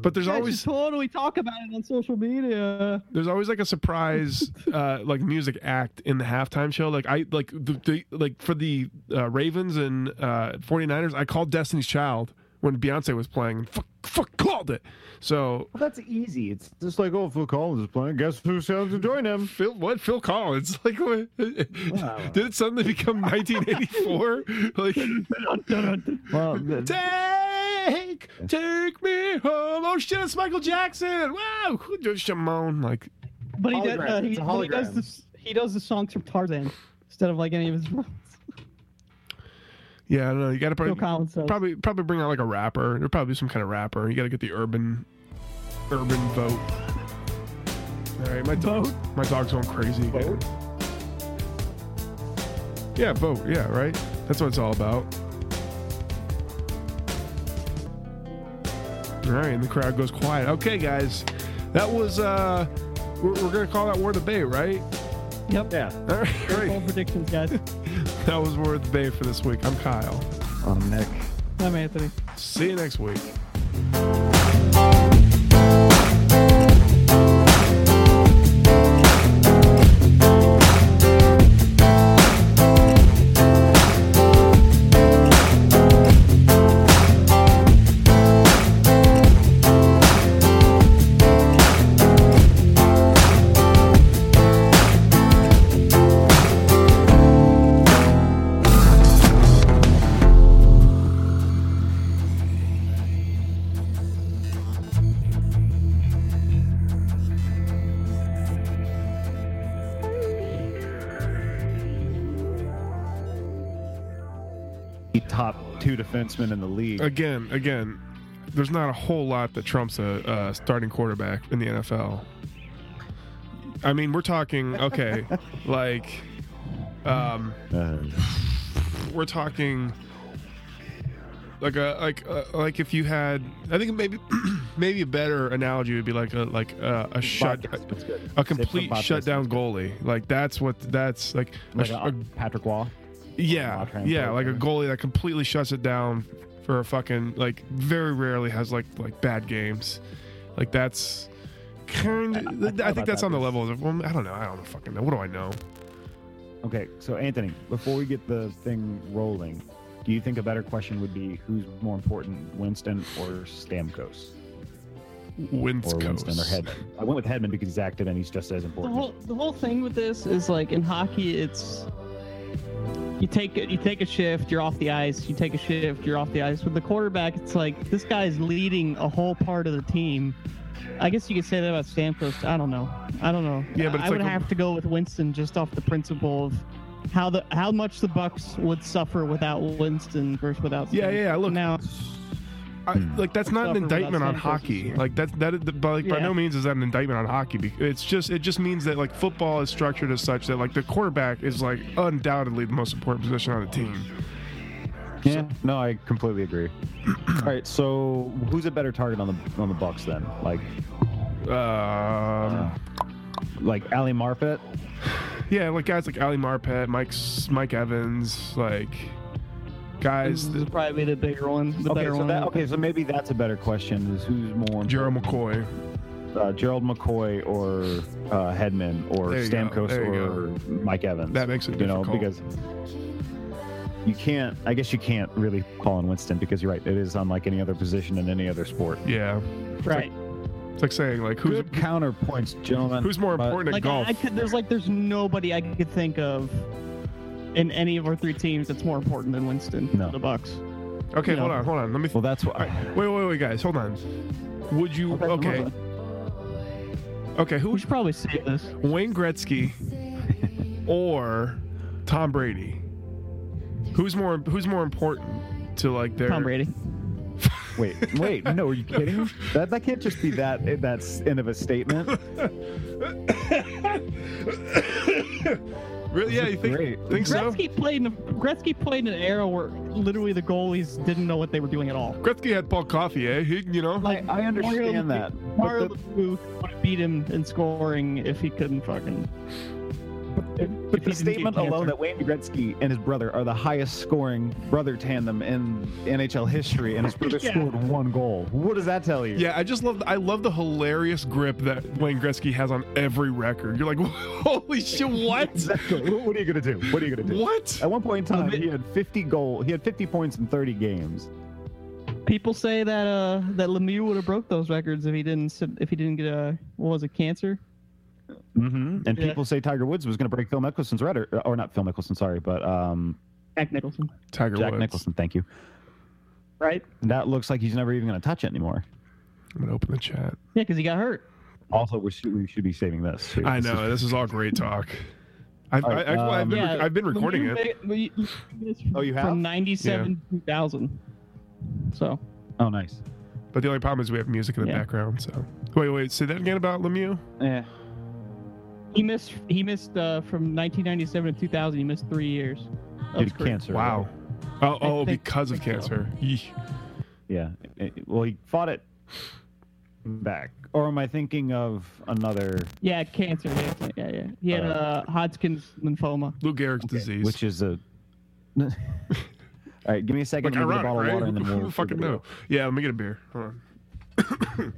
But there's
You guys
always
should totally talk about it on social media.
there's always like a surprise uh like music act in the halftime show. Like I like the, the like for the uh, Ravens and uh 49ers, I called Destiny's Child when Beyonce was playing. Fuck fuck called it. So
Well, that's easy. It's just like, oh, Phil Collins is playing. Guess who's going to join him?
Phil what Phil Collins like what,
Wow.
did it suddenly become 1984? like [LAUGHS]
Well, th-
Take, take me home. Oh shit, it's Michael Jackson. Wow, Shimon. Like,
But he does.
Hologram.
Uh, he,
It's a
but he does
hologram.
this. He does the songs from Tarzan instead of like any of his. [LAUGHS]
yeah, I don't know. You got to
Phil
probably
Collins says.
probably probably bring out like a rapper. There'll probably be some kind of rapper. You got to get the urban urban vote. All right, my dog, my dog's going crazy. again.
Vote?
Yeah, vote. Yeah, right. That's what it's all about. All right, and the crowd goes quiet. Okay, guys, that was. uh We're, we're gonna call that word of bay, right?
Yep.
Yeah.
All right, [LAUGHS]
Bold
great.
predictions, guys. [LAUGHS]
That was word of the bay for this week. I'm Kyle.
I'm Um, Nick.
I'm Anthony.
See you next week.
The top two defensemen in the league.
Again, again, there's not a whole lot that trumps a, uh starting quarterback in the NFL. I mean, we're talking
[LAUGHS]
okay, like, um,
Uh,
we're talking like a like a, like if you had I think maybe [CLEARS THROAT] maybe a better analogy would be like a like uh, a, a shut
It's good.
a
Say
complete
Bob
shutdown goalie like that's what that's like, a
Like
sh-
uh, Patrick Wall.
yeah
Bob Trent
yeah
Blake,
like a
right?
goalie that completely shuts it down for a fucking like very rarely has like like bad games like that's kind
I- I
of
thought
I,
about
think that's
that
on the
this-
level of well, I don't know I don't fucking know what do I know
Okay, so Anthony, before we get the thing rolling, do you think a better question would be who's more important, Winston or Stamkos? Or
Winscoast
Winston or Hedman? I went with Hedman because he's active and he's just as
The
important.
whole the whole thing with this is like in hockey, it's you take you take a shift, you're off the ice. You take a shift, you're off the ice. With the quarterback, it's like this guy's leading a whole part of the team. I guess you could say that about Stamkos. I don't know. I don't know.
Yeah, but
I
it's
would
like-
have to go with Winston just off the principle of how the how much the Bucks would suffer without Winston versus without.
Yeah,
Stamkos.
yeah, yeah, look.
now,
I,
Hmm.
like that's not an
Suffer without
indictment on
Stamkos,
hockey.
sure.
Like that's that by, like, by
Yeah.
no means is that an indictment on hockey. Be- It's just it just means that like football is structured as such that like the quarterback is like undoubtedly the most important position on the team.
Yeah, no, I
[CLEARS THROAT]
completely agree. All right, so who's a better target on the on the Bucks then? Like
Um,
uh, like Ali Marpet?
yeah, like guys like Ali Marpet, Mike S- Mike Evans, like guys,
this
Mm.
is probably the bigger one, the
Okay,
better
so
one.
that, okay, so maybe that's a better question is who's more
Gerald
important,
McCoy.
uh, Gerald McCoy or uh, Hedman or
There you go,
Stamkos
there you
or Mike Evans.
That makes it
you know
difficult.
because you can't. I guess you can't really call on Winston because you're right. It is unlike any other position in any other sport.
yeah,
right.
it's like saying like who's
Good counterpoints, gentlemen.
who's more
but-
important at
like
golf.
I, I could, there's like there's nobody I could think of in any of our three teams that's more important than Winston
No.
for the Bucks.
okay,
you
hold
know.
on, hold on. Let me.
Well, that's why.
All right, wait, wait, wait, guys, hold on. Would you
Okay,
okay? Okay, who
We
would
should probably save this.
Wayne Gretzky or Tom Brady? Who's more who's more important to like their
Tom Brady.
Wait, wait, no, are you kidding? That that can't just be that. eh, That's end of a statement.
Really? Yeah, you think
Great.
think so?
Gretzky played in a, Gretzky played in an era where literally the goalies didn't know what they were doing at all.
Gretzky had Paul Coffey, eh? He, you know,
I, I understand that. but
Mario
the-
Lemieux would have beat him in scoring if he couldn't fucking.
But
if he
the
didn't get
statement
cancer.
alone that Wayne Gretzky and his brother are the highest scoring brother tandem in NHL history, and his brother
Yeah.
scored one goal. What does that tell you?
yeah. I just love I love the hilarious grip that Wayne Gretzky has on every record. You're like, [LAUGHS] holy shit, what?
Exactly. What what are you gonna do? What are you gonna do?
what?
At one point in time,
Of it-
he had 50 goal. He had 50 points in 30 games.
People say that uh that Lemieux would have broke those records if he didn't sit- if he didn't get a what was it cancer
Mm-hmm. And
Yeah.
people say Tiger Woods was gonna break Phil Mickelson's record, or not Phil Mickelson, sorry, but um,
Jack Nicholson
Tiger
Jack
Woods.
Nicholson. Thank you.
right
That looks like he's never even gonna touch it anymore.
I'm gonna open the chat.
yeah because he got hurt
Also, we should, we should be saving this. too.
I
This is-
know this is all great talk. I've,
All right,
I, I've, I've
um,
been,
Yeah,
I've been
Lemieux
recording it.
made- we- [LAUGHS] this
Oh, you have?
From 97 to 2000. So,
Oh, nice.
But the only problem is we have music in the
Yeah.
background. So wait, wait, say that again about Lemieux.
Yeah.
he missed he missed uh, from 1997 to 2000, he missed 3 years. of
Due to
career.
cancer.
Wow. Oh,
I
oh
think-
because of
think so.
cancer. Yeesh.
Yeah. It- it- well, he fought it back, or am I thinking of another,
Yeah, cancer. Yeah, yeah, yeah. He had uh, Hodgkin's lymphoma.
Lou Gehrig's disease.
which is a? [LAUGHS] All right, give me a second.
like
to get
[LAUGHS]
a
ironic,
bottle of
right?
water, and then
Who
we'll
fucking know. Yeah, let me get a beer. Hold on.